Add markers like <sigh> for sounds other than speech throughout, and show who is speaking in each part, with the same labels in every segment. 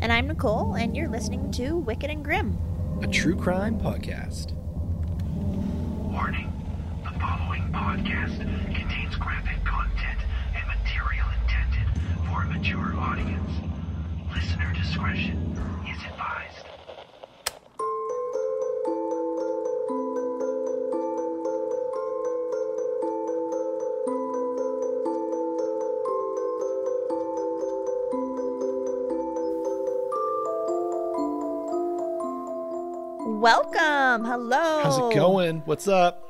Speaker 1: And I'm Nicole, and you're listening to Wicked and Grim.
Speaker 2: a true crime podcast.
Speaker 3: Warning. The following podcast contains graphic content and material intended for a mature audience. Listener discretion is advised.
Speaker 1: Welcome. Hello.
Speaker 2: How's it going? What's up?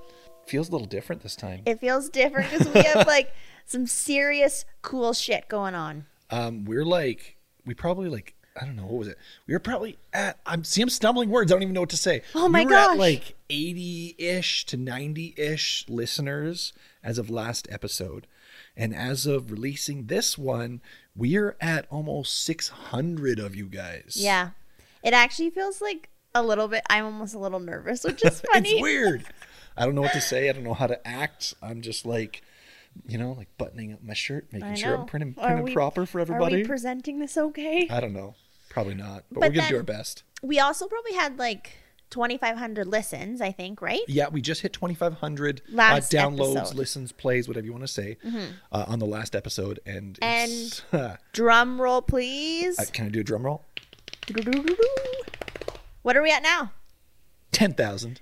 Speaker 2: Feels a little different this time.
Speaker 1: It feels different because we have like <laughs> some serious cool shit going on.
Speaker 2: Um, we're like, we probably like, I don't know, what was it? We were probably at, I'm, see, I'm stumbling words. I don't even know what to say.
Speaker 1: Oh my
Speaker 2: we were at,
Speaker 1: gosh.
Speaker 2: like 80 ish to 90 ish listeners as of last episode. And as of releasing this one, we're at almost 600 of you guys.
Speaker 1: Yeah. It actually feels like a little bit, I'm almost a little nervous,
Speaker 2: <laughs>
Speaker 1: which is funny.
Speaker 2: It's weird. I don't know what to say. I don't know how to act. I'm just like, you know, like buttoning up my shirt, making
Speaker 1: I
Speaker 2: sure
Speaker 1: know.
Speaker 2: I'm printed,
Speaker 1: Are
Speaker 2: printed
Speaker 1: we-
Speaker 2: proper for
Speaker 1: Are
Speaker 2: everybody.
Speaker 1: we presenting this okay?
Speaker 2: I don't know. Probably not. But,
Speaker 1: But
Speaker 2: we're gonna do
Speaker 1: then-
Speaker 2: our best.
Speaker 1: We also probably had like 2,500 listens, I think, right?
Speaker 2: Yeah, we just hit 2,500 uh,
Speaker 1: Last
Speaker 2: downloads,
Speaker 1: episode. Mm-hmm.
Speaker 2: listens, plays, whatever you want to say, uh, on the last episode. And, <laughs>
Speaker 1: And-
Speaker 2: it's-
Speaker 1: Drum roll, please.
Speaker 2: Uh, can I do a drum roll?
Speaker 1: What are we at now?
Speaker 2: 10,000.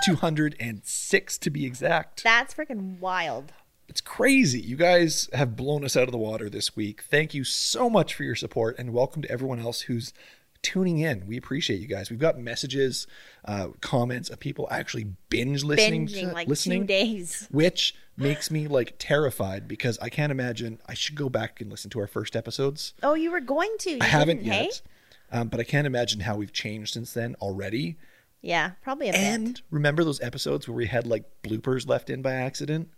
Speaker 2: 10,206 to be exact.
Speaker 1: That's freaking wild.
Speaker 2: It's crazy. You guys have blown us out of the water this week. Thank you so much for your support and welcome to everyone else who's tuning in. We appreciate you guys. We've got messages, uh, comments of people actually binge listening, to-
Speaker 1: Binging like
Speaker 2: listening,
Speaker 1: two days.
Speaker 2: which makes me like terrified because I can't imagine. I should go back and listen to our first episodes.
Speaker 1: Oh, you were going to. You
Speaker 2: I haven't
Speaker 1: didn't, hey?
Speaker 2: yet, um, but I can't imagine how we've changed since then already.
Speaker 1: Yeah, probably a bit.
Speaker 2: And remember those episodes where we had like bloopers left in by accident?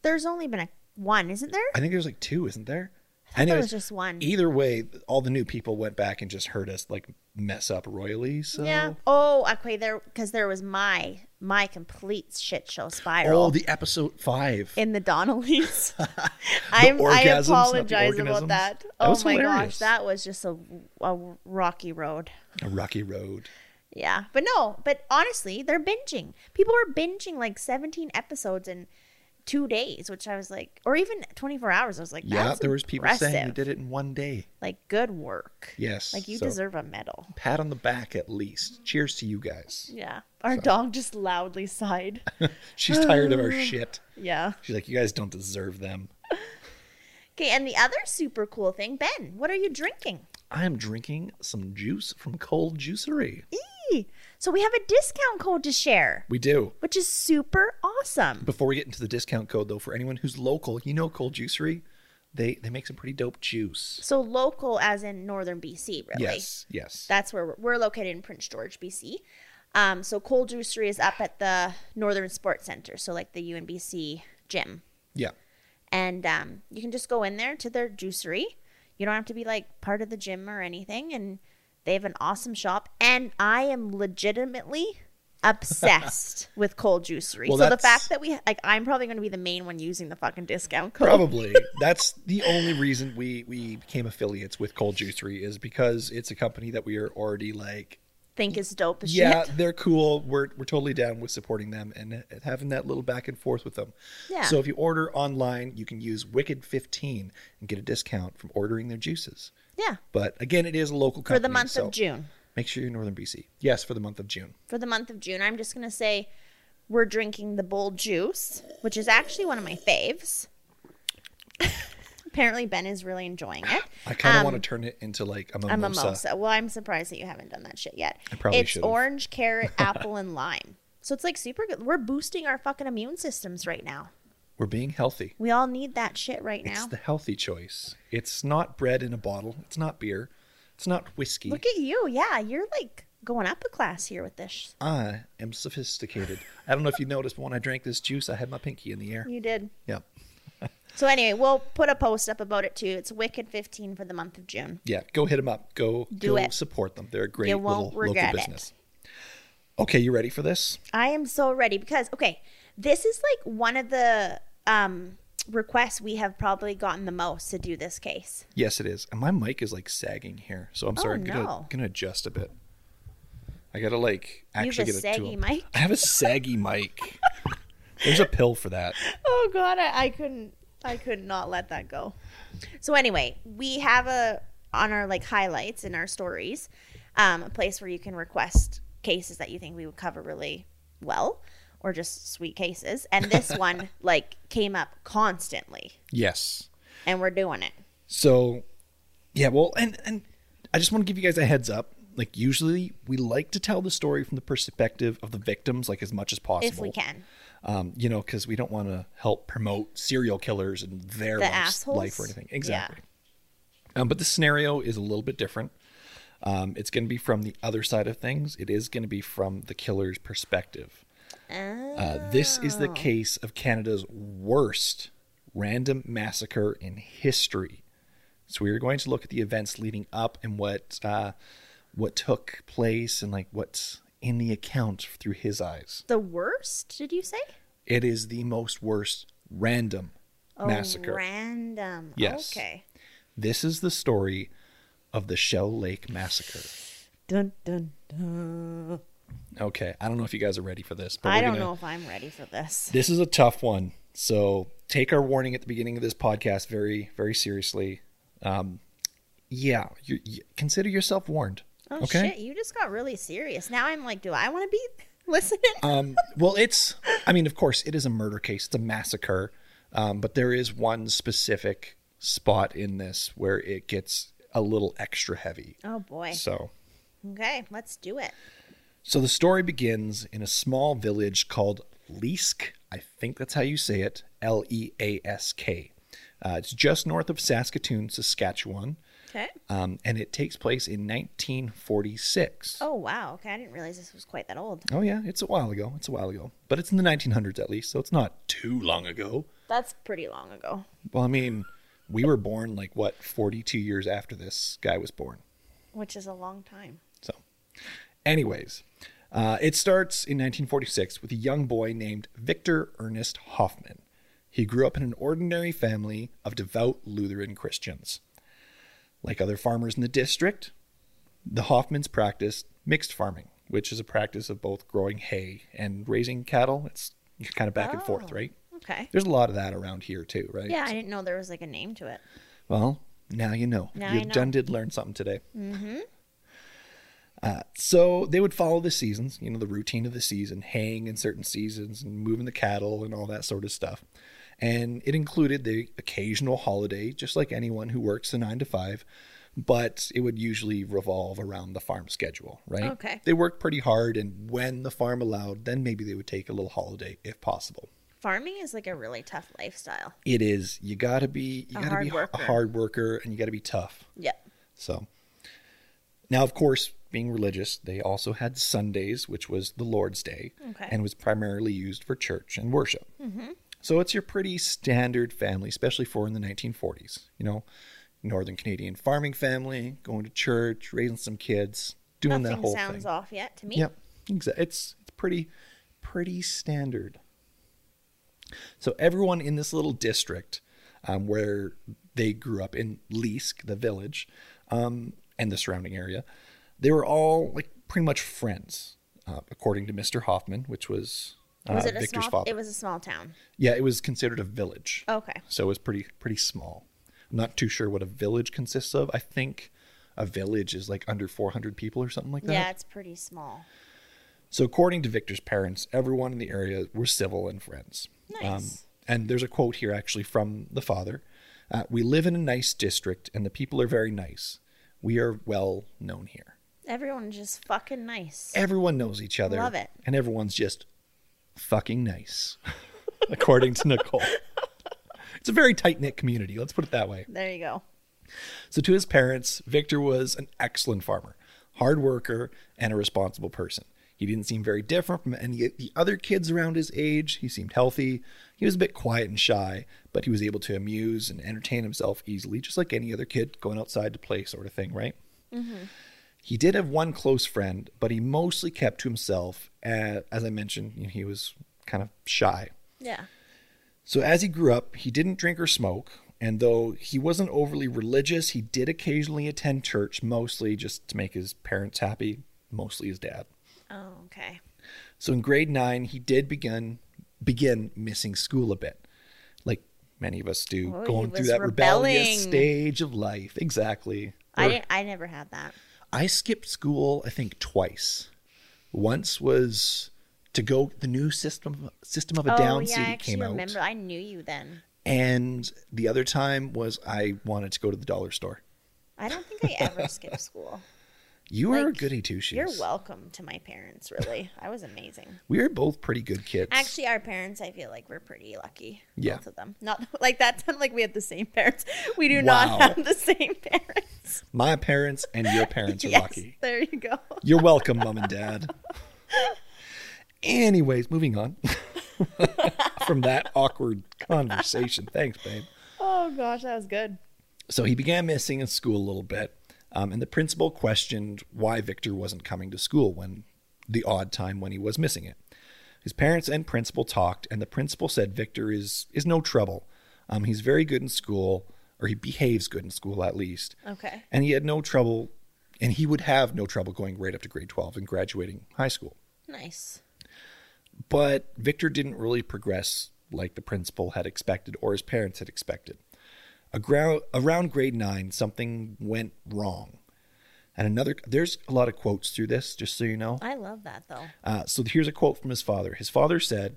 Speaker 1: There's only been a one, isn't there?
Speaker 2: I think there's like two, isn't there?
Speaker 1: I thought there was just one.
Speaker 2: Either way, all the new people went back and just heard us like mess up royally. So
Speaker 1: Yeah. Oh, okay. There, because there was my my complete shit show spiral
Speaker 2: all the episode five.
Speaker 1: in
Speaker 2: <laughs>
Speaker 1: the Donnellys. <laughs> I'm, I
Speaker 2: orgasms, not the
Speaker 1: apologize
Speaker 2: organisms.
Speaker 1: about that.
Speaker 2: That
Speaker 1: Oh
Speaker 2: was
Speaker 1: my
Speaker 2: hilarious.
Speaker 1: gosh, that was just a, a rocky road.
Speaker 2: A rocky road.
Speaker 1: Yeah, but no, but honestly, they're binging. People were binging like 17 episodes in two days, which I was like, or even 24 hours. I was like,
Speaker 2: Yeah,
Speaker 1: that's
Speaker 2: there was people saying you
Speaker 1: impressive.
Speaker 2: did it in one day.
Speaker 1: Like, good work.
Speaker 2: Yes,
Speaker 1: Like, you
Speaker 2: so-
Speaker 1: deserve a medal.
Speaker 2: Pat on the back at least. Cheers to you guys.
Speaker 1: Yeah. Our dog just loudly sighed.
Speaker 2: <laughs> She's tired of
Speaker 1: <sighs>
Speaker 2: our shit.
Speaker 1: yeah.
Speaker 2: She's like, you guys don't deserve them.
Speaker 1: Okay, and the other super cool thing, Ben, what are you drinking?
Speaker 2: I am drinking some juice from Cold Juicery.
Speaker 1: Eee. So we have a discount code to share,
Speaker 2: We do.
Speaker 1: which is super awesome.
Speaker 2: Before we get into the discount code though, for anyone who's local, you know Cold Juicery, they they make some pretty dope juice.
Speaker 1: So local as in northern BC, really.
Speaker 2: Yes, yes.
Speaker 1: That's where we're, we're located in Prince George, BC. Um, so Cold Juicery is up at the Northern Sports Center, so like the UNBC gym.
Speaker 2: yeah.
Speaker 1: And um, you can just go in there to their juicery. You don't have to be like part of the gym or anything. And they have an awesome shop. And I am legitimately
Speaker 2: <laughs>
Speaker 1: obsessed with cold juicery.
Speaker 2: Well,
Speaker 1: so the
Speaker 2: that's-
Speaker 1: fact that we like, I'm probably going to be the main one using the fucking discount code.
Speaker 2: Probably. That's the only reason we we became affiliates with Cold Juicery is because it's a company that we are already like
Speaker 1: Think is dope as
Speaker 2: yeah,
Speaker 1: shit.
Speaker 2: they're cool. We're we're totally down with supporting them and having that little back and forth with them.
Speaker 1: Yeah.
Speaker 2: So if you order online, you can use Wicked fifteen and get a discount from ordering their juices.
Speaker 1: Yeah.
Speaker 2: But again, it is a local
Speaker 1: For
Speaker 2: company
Speaker 1: the month
Speaker 2: so
Speaker 1: of June.
Speaker 2: Make sure you're in Northern BC. Yes, for the month of June.
Speaker 1: for the month of June, I'm just going to say we're drinking the bold juice, which is actually one of my faves. <laughs> Apparently, Ben is really enjoying it.
Speaker 2: I kind of
Speaker 1: Um,
Speaker 2: want to turn it into like a mimosa.
Speaker 1: a mimosa. Well, I'm surprised that you haven't done that shit yet.
Speaker 2: I probably
Speaker 1: it's
Speaker 2: should've. <laughs>
Speaker 1: orange, carrot, apple, and lime. So it's like super good. We're boosting our fucking immune systems right now.
Speaker 2: We're being healthy.
Speaker 1: We all need that shit right
Speaker 2: It's
Speaker 1: now.
Speaker 2: the healthy choice. It's not bread in a bottle. It's not beer. It's not whiskey.
Speaker 1: Look at you. Yeah, you're like going up a class here with this.
Speaker 2: I am sophisticated. I don't know if you noticed, but when I drank this juice, I had my pinky in the air.
Speaker 1: You did.
Speaker 2: Yep.
Speaker 1: So anyway, we'll put a post up about it too. It's Wicked 15 for the month of June.
Speaker 2: Yeah. Go hit them up. Go
Speaker 1: Do
Speaker 2: go
Speaker 1: it.
Speaker 2: support them. They're a great
Speaker 1: You won't
Speaker 2: little
Speaker 1: regret
Speaker 2: local
Speaker 1: it.
Speaker 2: business. Okay, you ready for this?
Speaker 1: I am so ready because okay, this is like one of the um requests we have probably gotten the most to do this case.
Speaker 2: Yes, it is. And my mic is like sagging here, so I'm sorry.
Speaker 1: Oh,
Speaker 2: I'm gonna,
Speaker 1: no.
Speaker 2: gonna adjust a bit. I gotta like
Speaker 1: have
Speaker 2: actually
Speaker 1: a
Speaker 2: get it
Speaker 1: saggy
Speaker 2: to
Speaker 1: mic?
Speaker 2: I have a saggy
Speaker 1: <laughs>
Speaker 2: mic. There's a pill for that.
Speaker 1: Oh god, I, I couldn't I could not let that go. So anyway, we have a on our like highlights in our stories, um, a place where you can request cases that you think we would cover really well or just sweet cases. And
Speaker 2: <laughs>
Speaker 1: this one like came up constantly
Speaker 2: Yes.
Speaker 1: and we're doing it.
Speaker 2: So, yeah, well, and and I just want to give you guys a heads up. Like usually, we like to tell the story from the perspective of the victims, like as much as possible,
Speaker 1: If we can.
Speaker 2: Um, you know, because we don't want to help promote serial killers and their
Speaker 1: The
Speaker 2: life's
Speaker 1: assholes?
Speaker 2: life or anything.
Speaker 1: Yeah.
Speaker 2: Exactly. Um, but the scenario is a little bit different. Um, it's going to be from the other side of things. It is going to be from the killer's perspective. Uh, this is
Speaker 1: Oh.
Speaker 2: the case of Canada's worst random massacre in history. So we are going to look at the events leading up and what uh, what took place and like what's in the account through his eyes.
Speaker 1: The worst, did you say?
Speaker 2: It is the most worst random massacre.
Speaker 1: Oh, Random.
Speaker 2: Yes.
Speaker 1: Okay.
Speaker 2: this is the story of the Shell Lake massacre.
Speaker 1: Dun dun dun.
Speaker 2: Okay, I don't know if you guys are ready for this, but
Speaker 1: I
Speaker 2: we're
Speaker 1: don't
Speaker 2: gonna-
Speaker 1: know if I'm ready for this.
Speaker 2: This is a tough one. So take our warning at the beginning of this podcast very, very seriously. Um, yeah, you, you- consider yourself warned.
Speaker 1: Oh
Speaker 2: okay.
Speaker 1: shit, you just got really serious. Now I'm like, do I want to be <laughs> listening?
Speaker 2: Um, well, it's. I mean, of course, it is a murder case. It's a massacre, um, but there is one specific spot in this where it gets a little extra heavy.
Speaker 1: oh boy.
Speaker 2: So,
Speaker 1: Okay, let's do it.
Speaker 2: so the story begins in a small village called Leask. I think that's how you say it. L E A S K. Uh, it's just north of Saskatoon, Saskatchewan.
Speaker 1: Okay.
Speaker 2: um, and it takes place in 1946.
Speaker 1: Oh wow. Okay, I didn't realize this was quite that old.
Speaker 2: Oh, yeah, it's a while ago. It's a while ago, but it's in the 1900s at least, so it's not too long ago.
Speaker 1: That's pretty long ago.
Speaker 2: Well, I mean, we were born like what 42 years after this guy was born.
Speaker 1: Which is a long time.
Speaker 2: So, anyways, uh, it starts in 1946 with a young boy named Victor Ernest Hoffman. He grew up in an ordinary family of devout Lutheran Christians. Like other farmers in the district, the Hoffmans practiced mixed farming, which is a practice of both growing hay and raising cattle. It's kind of back and forth, right?
Speaker 1: Okay.
Speaker 2: There's a lot of that around here too, right?
Speaker 1: Oh. Yeah, I didn't know there was like a name to it.
Speaker 2: Well, now you know.
Speaker 1: Now
Speaker 2: you
Speaker 1: I know.
Speaker 2: done did learn something today. Mm-hmm. Uh, so they would follow the seasons, you know, the routine of the season, haying in certain seasons and moving the cattle and all that sort of stuff. And it included the occasional holiday, just like anyone who works the nine to five, but it would usually revolve around the farm schedule, right?
Speaker 1: Okay.
Speaker 2: They worked pretty hard, and when the farm allowed, then maybe they would take a little holiday if possible
Speaker 1: Farming is like a really tough lifestyle.
Speaker 2: it is you gotta be you
Speaker 1: A
Speaker 2: gotta
Speaker 1: hard
Speaker 2: be h-
Speaker 1: worker.
Speaker 2: a hard worker and you gotta be tough
Speaker 1: Yeah.
Speaker 2: so now of course being religious they also had sundays which was the lord's day
Speaker 1: Okay. Mm-hmm.
Speaker 2: and was primarily used for church and worship so it's your pretty standard family especially for in the 1940s you know northern canadian farming family going to church raising some kids doing that
Speaker 1: Nothing
Speaker 2: whole
Speaker 1: sounds
Speaker 2: thing
Speaker 1: off yet to me.
Speaker 2: Yep. Exa- It's it's pretty pretty standard. So everyone in this little district um, where they grew up in Leesk, the village, um, and the surrounding area, they were all like pretty much friends, uh, according to Mr. Hoffman, which was, uh,
Speaker 1: Was it a
Speaker 2: Victor's
Speaker 1: small
Speaker 2: father.
Speaker 1: it was Oh. a small town.
Speaker 2: yeah, it was considered a village.
Speaker 1: Okay.
Speaker 2: So it was pretty pretty small. I'm not too sure what a village consists of. I think a village is like under 400 people or something like that.
Speaker 1: Yeah, it's pretty small.
Speaker 2: So, according to Victor's parents, everyone in the area were civil and friends.
Speaker 1: Nice.
Speaker 2: and there's a quote here actually from the father uh, We live in a nice district, and the people are very nice. We are well known here.
Speaker 1: Everyone's just fucking nice.
Speaker 2: Everyone knows each other.
Speaker 1: Love it.
Speaker 2: And everyone's just fucking nice, <laughs> according to
Speaker 1: <laughs>
Speaker 2: Nicole. It's a very tight knit community. Let's put it that way.
Speaker 1: There you go.
Speaker 2: So, to his parents, Victor was an excellent farmer, hard worker, and a responsible person. He didn't seem very different from any of the other kids around his age. He seemed healthy. He was a bit quiet and shy, but he was able to amuse and entertain himself easily, just like any other kid going outside to play, sort of thing, right? He did have one close friend, but he mostly kept to himself. Uh, As I mentioned, you know, he was kind of shy.
Speaker 1: Yeah.
Speaker 2: So as he grew up, he didn't drink or smoke, and though he wasn't overly religious, he did occasionally attend church, mostly just to make his parents happy, mostly his dad.
Speaker 1: Oh, okay.
Speaker 2: So in grade nine, he did begin begin missing school a bit, like many of us do,
Speaker 1: Oh, he
Speaker 2: going through
Speaker 1: was
Speaker 2: that rebellious
Speaker 1: rebelling.
Speaker 2: stage of life. Exactly.
Speaker 1: I
Speaker 2: Or-
Speaker 1: didn't. I never had that.
Speaker 2: I skipped school, I think, twice. Once was to go the new system system of a
Speaker 1: oh
Speaker 2: down
Speaker 1: yeah, I
Speaker 2: CD
Speaker 1: actually
Speaker 2: came out.
Speaker 1: remember. I knew you then.
Speaker 2: And the other time was I wanted to go to the dollar store.
Speaker 1: I don't think I ever skipped school.
Speaker 2: You were a
Speaker 1: Like,
Speaker 2: goody two shoes.
Speaker 1: You're welcome to my parents. Really, I
Speaker 2: <laughs>
Speaker 1: was amazing.
Speaker 2: We were both pretty good kids.
Speaker 1: Actually, our parents, I feel like we're pretty lucky.
Speaker 2: Yeah.
Speaker 1: Both of them. Not <laughs> like that sounded like we had the same parents. We do
Speaker 2: Wow.
Speaker 1: not have the same <laughs> parents.
Speaker 2: my parents and your <laughs> parents are
Speaker 1: <laughs> yes.
Speaker 2: lucky.
Speaker 1: There you go.
Speaker 2: You're welcome, mom and dad. Anyways, moving on <laughs> from that awkward conversation. Thanks, babe.
Speaker 1: Oh gosh, that was good.
Speaker 2: So he began missing in school a little bit, um, and the principal questioned why Victor wasn't coming to school when the odd time when he was missing it. His parents and principal talked, and the principal said Victor is is no trouble. Um, he's very good in school, or he behaves good in school at least.
Speaker 1: Okay.
Speaker 2: And he had no trouble, and he would have no trouble going right up to grade twelve and graduating high school.
Speaker 1: Nice.
Speaker 2: But Victor didn't really progress like the principal had expected or his parents had expected. Agrou- Around grade nine, something went wrong. And another, there's a lot of quotes through this, just so you know.
Speaker 1: I love that though.
Speaker 2: Uh, so here's a quote from his father. His father said,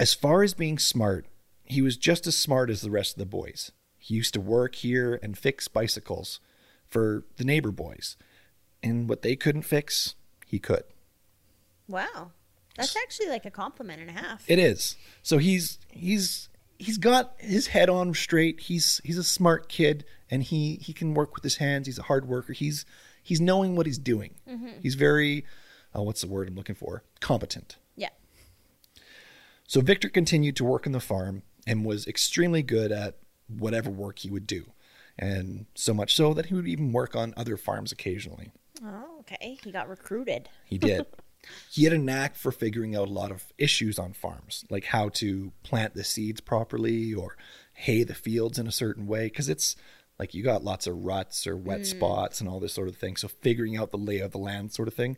Speaker 2: As far as being smart, he was just as smart as the rest of the boys. He used to work here and fix bicycles for the neighbor boys. And what they couldn't fix, he could.
Speaker 1: Wow. That's actually like a compliment and a half.
Speaker 2: It is. So he's he's he's got his head on straight. He's he's a smart kid, and he he can work with his hands. He's a hard worker. He's he's knowing what he's doing. He's very, uh, what's the word I'm looking for? Competent.
Speaker 1: yeah.
Speaker 2: So Victor continued to work on the farm and was extremely good at whatever work he would do, and so much so that he would even work on other farms occasionally.
Speaker 1: Oh, okay. He got recruited.
Speaker 2: He did. <laughs> he had a knack for figuring out a lot of issues on farms, like how to plant the seeds properly or hay the fields in a certain way, because it's like you got lots of ruts or
Speaker 1: Mm.
Speaker 2: wet spots and all this sort of thing. So figuring out the lay of the land, sort of thing.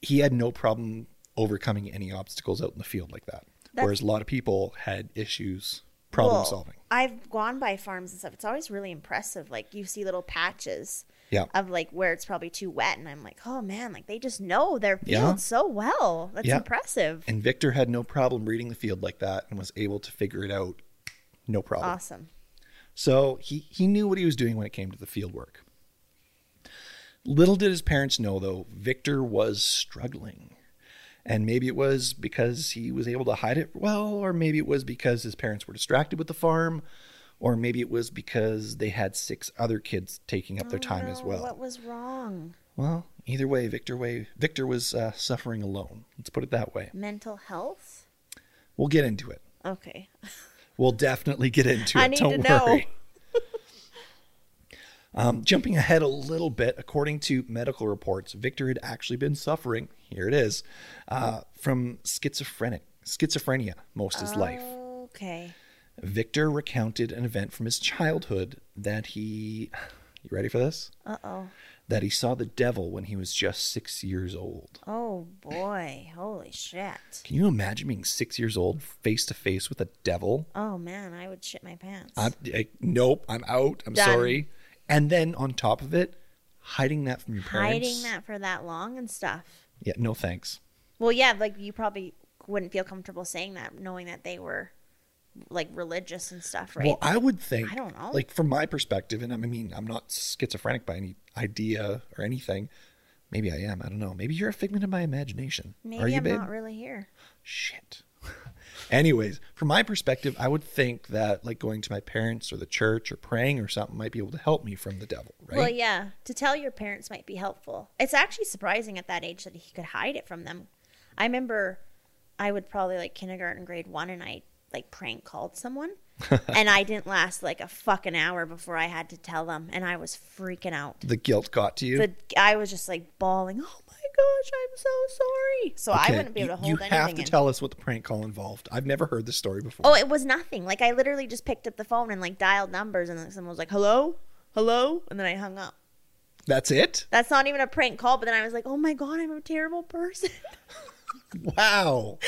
Speaker 2: He had no problem overcoming any obstacles out in the field like that.
Speaker 1: That's-
Speaker 2: Whereas a lot of people had issues problem
Speaker 1: Well,
Speaker 2: solving.
Speaker 1: I've gone by farms and stuff. It's always really impressive. Like you see little patches
Speaker 2: Yeah.
Speaker 1: of like where it's probably too wet, and I'm like, oh man, like they just know their field
Speaker 2: Yeah.
Speaker 1: so well. That's
Speaker 2: Yeah.
Speaker 1: impressive.
Speaker 2: And Victor had no problem reading the field like that and was able to figure it out. No problem.
Speaker 1: Awesome.
Speaker 2: So he, he knew what he was doing when it came to the field work. Little did his parents know, though, Victor was struggling. And maybe it was because he was able to hide it well, or maybe it was because his parents were distracted with the farm, or maybe it was because they had six other kids taking up their time as
Speaker 1: Oh,
Speaker 2: well.
Speaker 1: What was wrong?
Speaker 2: Well, either way, Victor way Victor was uh, suffering alone. Let's put it that way.
Speaker 1: Mental health?
Speaker 2: We'll get into it.
Speaker 1: Okay.
Speaker 2: We'll definitely get into it.
Speaker 1: I need
Speaker 2: Don't
Speaker 1: to know.
Speaker 2: worry. <laughs> um, jumping ahead a little bit, according to medical reports, Victor had actually been suffering. Here it is, uh, from schizophrenic schizophrenia most of his life.
Speaker 1: Oh. Okay.
Speaker 2: Victor recounted an event from his childhood that he, you ready for this?
Speaker 1: Uh oh.
Speaker 2: That he saw the devil when he was just six years old.
Speaker 1: Oh boy. Holy shit.
Speaker 2: Can you imagine being six years old, face to face with a devil?
Speaker 1: Oh man, I would shit my pants.
Speaker 2: I'm, I, nope, I'm out. I'm
Speaker 1: Done.
Speaker 2: sorry. And then on top of it, hiding that from your parents.
Speaker 1: Hiding that for that long and stuff.
Speaker 2: Yeah, no thanks.
Speaker 1: Well, yeah, like you probably wouldn't feel comfortable saying that, knowing that they were like religious and stuff, right?
Speaker 2: Well, I would think,
Speaker 1: I don't know.
Speaker 2: like from my perspective, and I mean, I'm not schizophrenic by any idea or anything. Maybe I am. I don't know. Maybe you're a figment of my imagination.
Speaker 1: Maybe
Speaker 2: Are you,
Speaker 1: I'm
Speaker 2: babe?
Speaker 1: not really here.
Speaker 2: shit. <laughs> Anyways, from my perspective, I would think that like going to my parents or the church or praying or something might be able to help me from the devil, right?
Speaker 1: Well, yeah, to tell your parents might be helpful. It's actually surprising at that age that he could hide it from them. I remember I would probably like kindergarten, grade one, and I like prank
Speaker 2: <laughs>
Speaker 1: called someone, and I didn't last like a fucking hour before I had to tell them, and I was freaking out.
Speaker 2: The guilt got to you.
Speaker 1: The I was just like bawling. Oh my gosh, I'm so sorry. So I wouldn't be able to hold
Speaker 2: You, you
Speaker 1: anything.
Speaker 2: have to
Speaker 1: in.
Speaker 2: tell us what the prank call involved. I've never heard this story before.
Speaker 1: Oh, it was nothing. Like I literally just picked up the phone and like dialed numbers, and then someone was like, "Hello, hello," and then I hung up.
Speaker 2: That's it?
Speaker 1: That's not even a prank call. But then I was like, "Oh my god, I'm a terrible person." <laughs>
Speaker 2: Wow.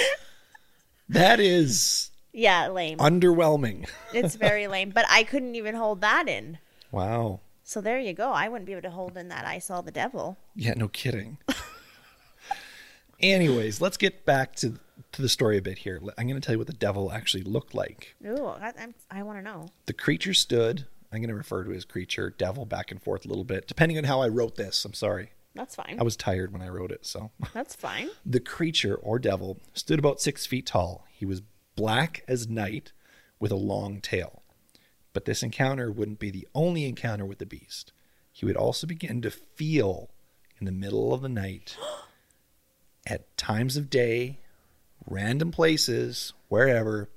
Speaker 2: that is
Speaker 1: yeah, lame.
Speaker 2: underwhelming.
Speaker 1: It's very lame. But I couldn't even hold that in.
Speaker 2: Wow.
Speaker 1: So there you go. I wouldn't be able to hold in that I saw the devil.
Speaker 2: Yeah, no kidding. Anyways, let's get back to to the story a bit here. I'm going to tell you what the devil actually looked like.
Speaker 1: Ooh, I, I'm, I want to know.
Speaker 2: The creature stood. I'm going to refer to his creature, devil, back and forth a little bit, depending on how I wrote this. I'm sorry.
Speaker 1: That's fine.
Speaker 2: I was tired when I wrote it, so.
Speaker 1: That's fine.
Speaker 2: The creature or devil stood about six feet tall. He was black as night with a long tail. But this encounter wouldn't be the only encounter with the beast. He would also begin to feel in the middle of the night, <gasps> at times of day, random places, wherever,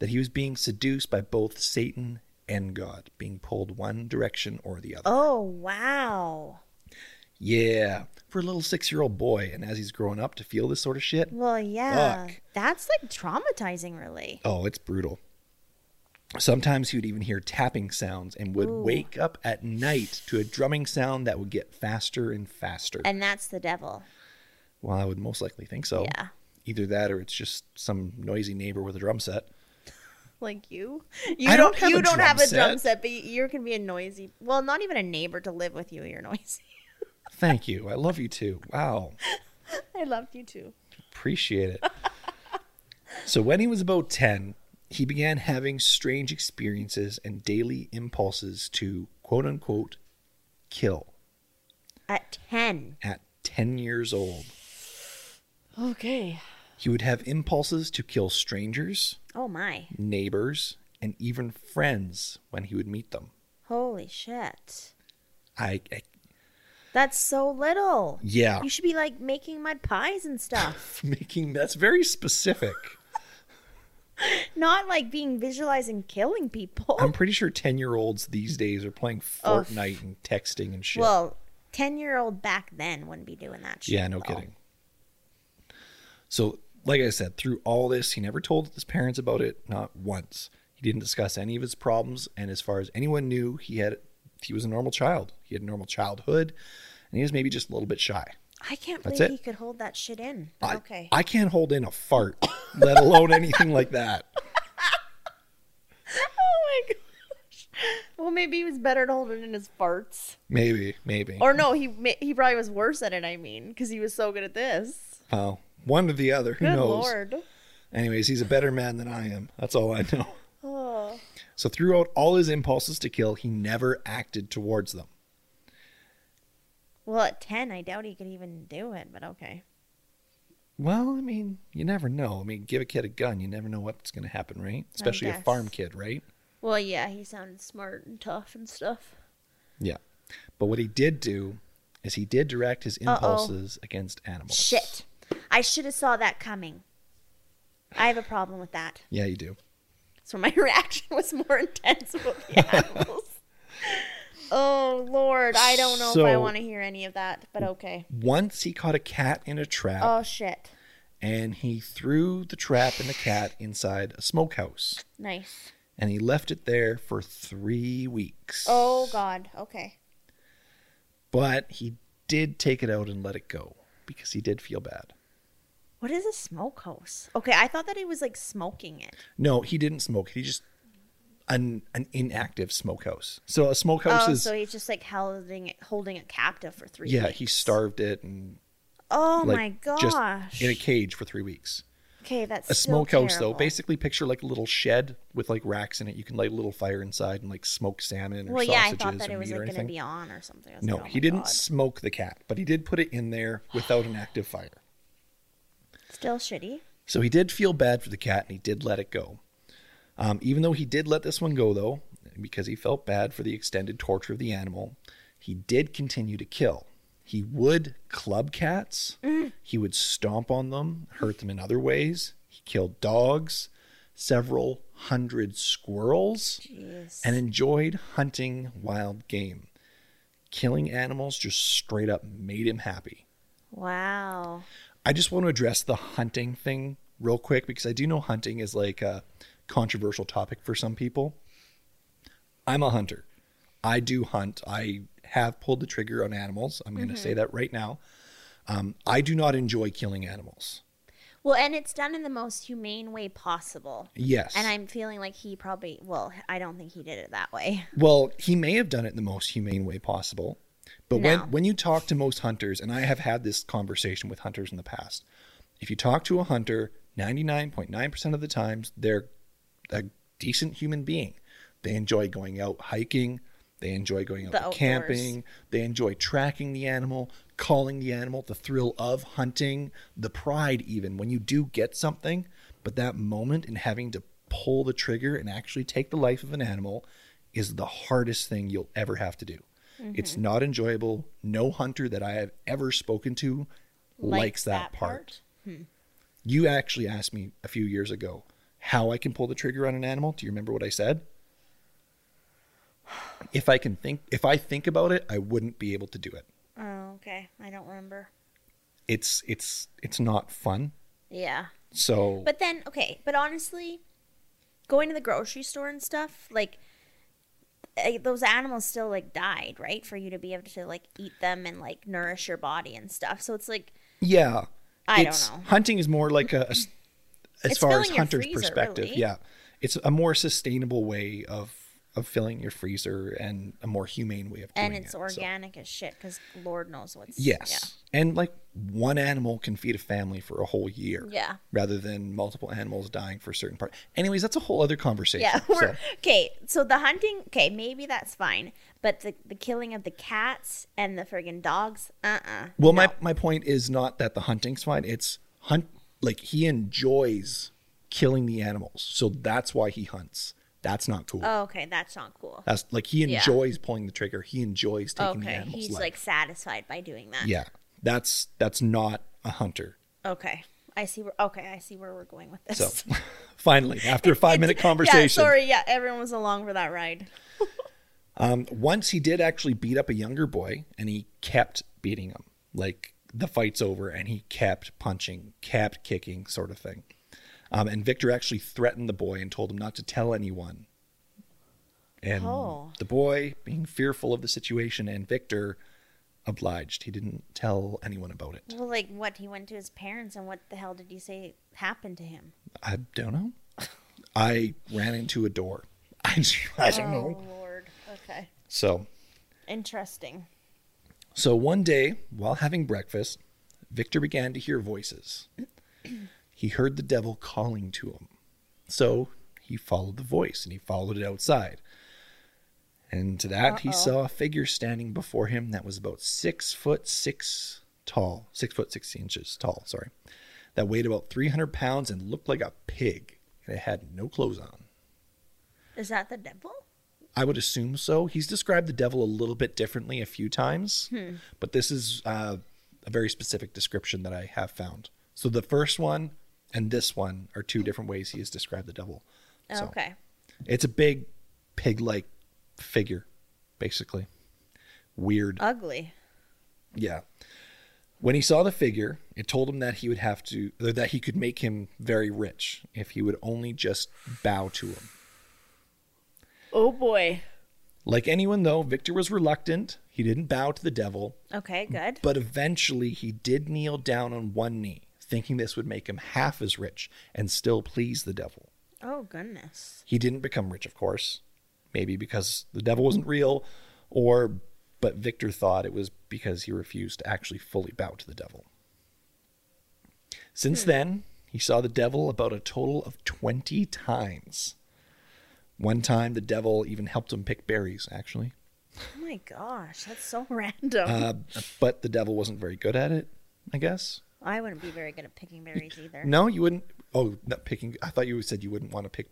Speaker 2: that he was being seduced by both Satan and God, being pulled one direction or the other.
Speaker 1: Oh wow.
Speaker 2: Yeah, for a little six year old boy, and as he's growing up to feel this sort of shit.
Speaker 1: Well, yeah.
Speaker 2: Fuck.
Speaker 1: That's like traumatizing, really.
Speaker 2: Oh, it's brutal. Sometimes he would even hear tapping sounds and would wake up at night to a drumming sound that would get faster and faster.
Speaker 1: And that's the devil.
Speaker 2: well, I would most likely think so.
Speaker 1: Yeah.
Speaker 2: Either that or it's just some noisy neighbor with a drum set.
Speaker 1: Like you, you
Speaker 2: I don't
Speaker 1: don't,
Speaker 2: have
Speaker 1: you
Speaker 2: a
Speaker 1: don't
Speaker 2: drum
Speaker 1: have a drum
Speaker 2: set.
Speaker 1: set, but you're gonna be a noisy. Well, not even a neighbor to live with you. You're noisy. <laughs>
Speaker 2: Thank you. I love you too. Wow.
Speaker 1: I loved you too.
Speaker 2: Appreciate
Speaker 1: <laughs>
Speaker 2: it. so when he was about 10, he began having strange experiences and daily impulses to quote unquote kill
Speaker 1: At ten.
Speaker 2: at 10 years old.
Speaker 1: Okay.
Speaker 2: He would have impulses to kill strangers,
Speaker 1: Oh my.
Speaker 2: neighbors, and even friends when he would meet them.
Speaker 1: Holy shit.
Speaker 2: I, I
Speaker 1: That's so little.
Speaker 2: yeah, <laughs>
Speaker 1: You should be like making mud pies and stuff.
Speaker 2: making that's very specific.
Speaker 1: Not like being visualizing killing people.
Speaker 2: I'm pretty sure 10-year-olds these days are playing
Speaker 1: Ugh.
Speaker 2: Fortnite and texting and shit.
Speaker 1: well, 10 year old back then wouldn't be doing that shit.
Speaker 2: yeah, no
Speaker 1: though.
Speaker 2: kidding. So, like I said, through all this, he never told his parents about it, not once. He didn't discuss any of his problems, and as far as anyone knew, he had he was a normal child. He had a normal childhood, and he was maybe just a little bit shy.
Speaker 1: I can't
Speaker 2: That's
Speaker 1: believe
Speaker 2: it.
Speaker 1: he could hold that shit in.
Speaker 2: I, <laughs>
Speaker 1: okay.
Speaker 2: I can't hold in a
Speaker 1: <laughs>
Speaker 2: fart, let alone anything like that.
Speaker 1: oh my gosh. Well, maybe he was better to hold it in his farts.
Speaker 2: Maybe, maybe.
Speaker 1: Or no, he ma- he probably was worse at it, I mean, because he was so good at this.
Speaker 2: well, one or the other. Who
Speaker 1: Good
Speaker 2: knows?
Speaker 1: lord.
Speaker 2: Anyways, he's a better man than I am. That's all I know.
Speaker 1: Oh.
Speaker 2: So throughout all his impulses to kill, he never acted towards them.
Speaker 1: Well, at 10, I doubt he could even do it, but okay.
Speaker 2: Well, I mean, you never know. I mean, give a kid a gun, you never know what's going to happen, right? Especially a
Speaker 1: guess.
Speaker 2: farm kid, right?
Speaker 1: Well, yeah, he sounded smart and tough and stuff.
Speaker 2: Yeah. But what he did do is he did direct his impulses against animals.
Speaker 1: Shit. I should have saw that coming. I have a problem with that.
Speaker 2: Yeah, you do.
Speaker 1: So my <laughs> reaction was more intense with <laughs> the animals. oh Lord, I don't know if I
Speaker 2: So-
Speaker 1: want to hear any of that, but okay.
Speaker 2: Once he caught a cat in a trap.
Speaker 1: Oh shit.
Speaker 2: and he threw the trap and the cat inside a smokehouse
Speaker 1: Nice.
Speaker 2: and he left it there for three weeks.
Speaker 1: Oh god. Okay.
Speaker 2: But he did take it out and let it go because he did feel bad.
Speaker 1: What is a smokehouse? Okay, I thought that he was like smoking it.
Speaker 2: No, he didn't smoke. He just an an inactive smokehouse. So a smokehouse
Speaker 1: Oh,
Speaker 2: is
Speaker 1: so he's just like holding it, holding it captive for three.
Speaker 2: yeah,
Speaker 1: weeks.
Speaker 2: he starved it and
Speaker 1: Oh
Speaker 2: like
Speaker 1: my
Speaker 2: just
Speaker 1: gosh.
Speaker 2: in a cage for three weeks.
Speaker 1: okay, that's
Speaker 2: A
Speaker 1: so
Speaker 2: smokehouse though,
Speaker 1: terrible.
Speaker 2: basically picture like a little shed with like racks in it. You can light a little fire inside and like smoke salmon or
Speaker 1: Well, yeah, I
Speaker 2: sausages
Speaker 1: thought that
Speaker 2: or
Speaker 1: it was
Speaker 2: meat or
Speaker 1: like going to
Speaker 2: anything.
Speaker 1: be on or something. I was
Speaker 2: No,
Speaker 1: like, oh
Speaker 2: he
Speaker 1: my
Speaker 2: didn't
Speaker 1: God.
Speaker 2: smoke the cat, but he did put it in there without an active fire.
Speaker 1: Still shitty.
Speaker 2: So he did feel bad for the cat and he did let it go. Um, even though he did let this one go, though, because he felt bad for the extended torture of the animal, he did continue to kill. He would club cats, he would stomp on them, hurt them in other ways. He killed dogs, several hundred squirrels, and enjoyed hunting wild game. Killing animals just straight up made him happy.
Speaker 1: Wow.
Speaker 2: I just want to address the hunting thing real quick because I do know hunting is like a controversial topic for some people. I'm a hunter. I do hunt. I have pulled the trigger on animals. I'm going to say that right now. Um, I do not enjoy killing animals.
Speaker 1: Well, and it's done in the most humane way possible.
Speaker 2: Yes.
Speaker 1: And I'm feeling like he probably, well, I don't think he did it that way.
Speaker 2: Well, he may have done it in the most humane way possible. But when,
Speaker 1: No.
Speaker 2: when you talk to most hunters, and I have had this conversation with hunters in the past, if you talk to a hunter, 99.9% of the times, they're a decent human being. They enjoy going out hiking, they enjoy going out
Speaker 1: The
Speaker 2: to
Speaker 1: outdoors.
Speaker 2: camping, they enjoy tracking the animal, calling the animal, the thrill of hunting, the pride, even when you do get something. But that moment in having to pull the trigger and actually take the life of an animal is the hardest thing you'll ever have to do. It's not enjoyable. No hunter that I have ever spoken to likes, that, part you actually asked me a few years ago how I can pull the trigger on an animal. Do you remember what I said? If I can think if I think about it, I wouldn't be able to do it.
Speaker 1: Oh, okay. I don't remember.
Speaker 2: It's it's it's not fun.
Speaker 1: Yeah.
Speaker 2: So
Speaker 1: But then, okay, but honestly, going to the grocery store and stuff, like, eh, those animals still, like, died, right? For you to be able to, like, eat them and, like, nourish your body and stuff. So it's like,
Speaker 2: yeah.
Speaker 1: I don't
Speaker 2: it's-
Speaker 1: know.
Speaker 2: Hunting is more like a
Speaker 1: <clears throat>
Speaker 2: a s- as
Speaker 1: It's
Speaker 2: far as
Speaker 1: filling your
Speaker 2: hunter's
Speaker 1: freezer,
Speaker 2: perspective.
Speaker 1: really.
Speaker 2: Yeah. It's a more sustainable way of of filling your freezer and a more humane way of doing
Speaker 1: and it's
Speaker 2: it, so.
Speaker 1: organic as shit because Lord knows what's.
Speaker 2: Yes. And like one animal can feed a family for a whole year.
Speaker 1: Yeah.
Speaker 2: Rather than multiple animals dying for a certain part. Anyways, that's a whole other conversation.
Speaker 1: Yeah. yeah
Speaker 2: <laughs>
Speaker 1: we're,
Speaker 2: So,
Speaker 1: Okay. So the hunting, okay, maybe that's fine. But the, the killing of the cats and the friggin' dogs, uh uh
Speaker 2: well, my, my point is not that the hunting's fine. It's hunt, like he enjoys killing the animals. So that's why he hunts. That's not cool.
Speaker 1: Oh, okay. That's not cool.
Speaker 2: that's like he enjoys pulling the trigger. He enjoys taking the
Speaker 1: Okay.
Speaker 2: animals.
Speaker 1: He's,
Speaker 2: life.
Speaker 1: like, satisfied by doing that.
Speaker 2: yeah, that's, that's not a hunter.
Speaker 1: Okay. I see where okay, I see where we're going with <laughs> this.
Speaker 2: So finally, after a five
Speaker 1: <laughs>
Speaker 2: minute conversation,
Speaker 1: yeah, sorry, yeah, everyone was along for that ride.
Speaker 2: once he did actually beat up a younger boy and he kept beating him like the fight's over and he kept punching kept kicking sort of thing um, and victor actually threatened the boy and told him not to tell anyone and
Speaker 1: Oh.
Speaker 2: the boy being fearful of the situation and victor obliged he didn't tell anyone about it
Speaker 1: Well, like what he went to his parents and what the hell did he say happened to him?
Speaker 2: i don't know i ran into a door <laughs> i, I don't know
Speaker 1: Oh, Lord. Okay.
Speaker 2: so
Speaker 1: Interesting.
Speaker 2: So one day, while having breakfast, Victor began to hear voices. he heard the devil calling to him. So he followed the voice and he followed it outside. And to that, he saw a figure standing before him that was about six foot six tall, six foot six inches tall, sorry, that weighed about 300 pounds and looked like a pig. And it had no clothes on.
Speaker 1: Is that the devil?
Speaker 2: I would assume so. He's described the devil a little bit differently a few times, but this is uh, a very specific description that I have found. So the first one and this one are two different ways he has described the devil. So
Speaker 1: Okay.
Speaker 2: It's a big pig like figure, basically.
Speaker 1: Uh.
Speaker 2: Weird.
Speaker 1: Ugly.
Speaker 2: Yeah. When he saw the figure, it told him that he would have to, or that he could make him very rich if he would only just bow to him.
Speaker 1: Oh boy.
Speaker 2: Like anyone, though, Victor was reluctant. He didn't bow to the devil,
Speaker 1: Okay, good.
Speaker 2: but eventually he did kneel down on one knee, thinking this would make him half as rich and still please the devil.
Speaker 1: Oh goodness.
Speaker 2: He didn't become rich, of course, maybe because the devil wasn't real, or but Victor thought it was because he refused to actually fully bow to the devil. Since then, he saw the devil about a total of 20 times. One time, the devil even helped him pick berries, actually.
Speaker 1: Oh my gosh, that's so random.
Speaker 2: Uh, but the devil wasn't very good at it, I guess.
Speaker 1: I wouldn't be very good at picking berries either.
Speaker 2: No, you wouldn't. Oh, not picking. I thought you said you wouldn't want to pick.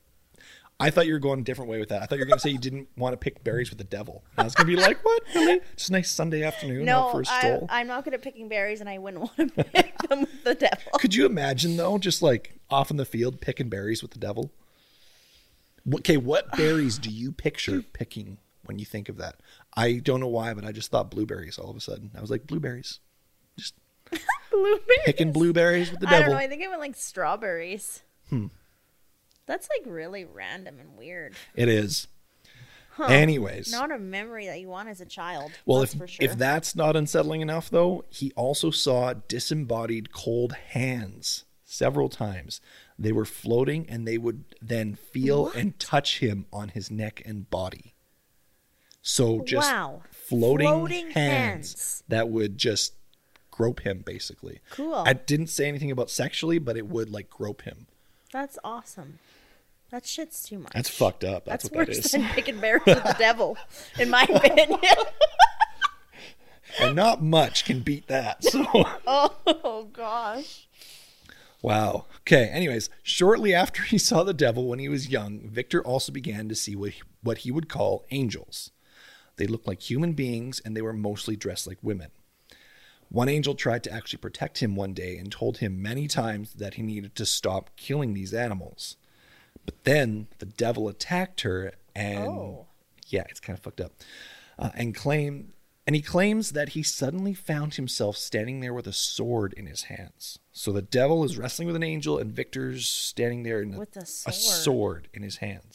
Speaker 2: I thought you were going a different way with that. I thought you were going to say you didn't want to pick berries with the devil. And I was going to be like, what? Really? Just a nice Sunday afternoon out for a
Speaker 1: I,
Speaker 2: stroll.
Speaker 1: I'm not good at picking berries, and I wouldn't <laughs> want to pick them with
Speaker 2: <laughs>
Speaker 1: the devil.
Speaker 2: Could you imagine though, just like off in the field picking berries with the devil? Okay,
Speaker 1: <sighs>
Speaker 2: what berries do you picture picking when you think of that? I don't know why, but I just thought blueberries all of a sudden. I was like blueberries,
Speaker 1: Blueberries.
Speaker 2: picking blueberries with the
Speaker 1: I don't
Speaker 2: devil.
Speaker 1: know. I think I went like strawberries. Hmm. That's like really random and weird.
Speaker 2: It is. Anyways,
Speaker 1: Not a memory that you want as a child.
Speaker 2: well,
Speaker 1: that's
Speaker 2: if
Speaker 1: for sure.
Speaker 2: if that's not unsettling enough, though, he also saw disembodied cold hands several times. They were floating, and they would then feel and touch him on his neck and body. So just
Speaker 1: Wow.
Speaker 2: floating,
Speaker 1: Floating
Speaker 2: hands,
Speaker 1: hands.
Speaker 2: that would just grope him, basically.
Speaker 1: Cool.
Speaker 2: I didn't say anything about sexually, but it would like grope him.
Speaker 1: that's awesome. That shit's too much.
Speaker 2: That's fucked up. That's,
Speaker 1: That's
Speaker 2: what
Speaker 1: worse
Speaker 2: that is.
Speaker 1: than picking berries with the devil,
Speaker 2: <laughs>
Speaker 1: in my opinion. <laughs>
Speaker 2: and not much can beat that. <laughs> So.
Speaker 1: oh gosh.
Speaker 2: Wow. Okay. Anyways, shortly after he saw the devil when he was young, Victor also began to see what he, what he would call angels. They looked like human beings and they were mostly dressed like women. One angel tried to actually protect him one day and told him many times that he needed to stop killing these animals. But then the devil attacked her and
Speaker 1: Oh.
Speaker 2: yeah, it's kind of fucked up. Uh, and claim and he claims that he suddenly found himself standing there with a sword in his hands. So the devil is wrestling with an angel and Victor's standing there in
Speaker 1: With a
Speaker 2: a
Speaker 1: sword.
Speaker 2: sword in his hands.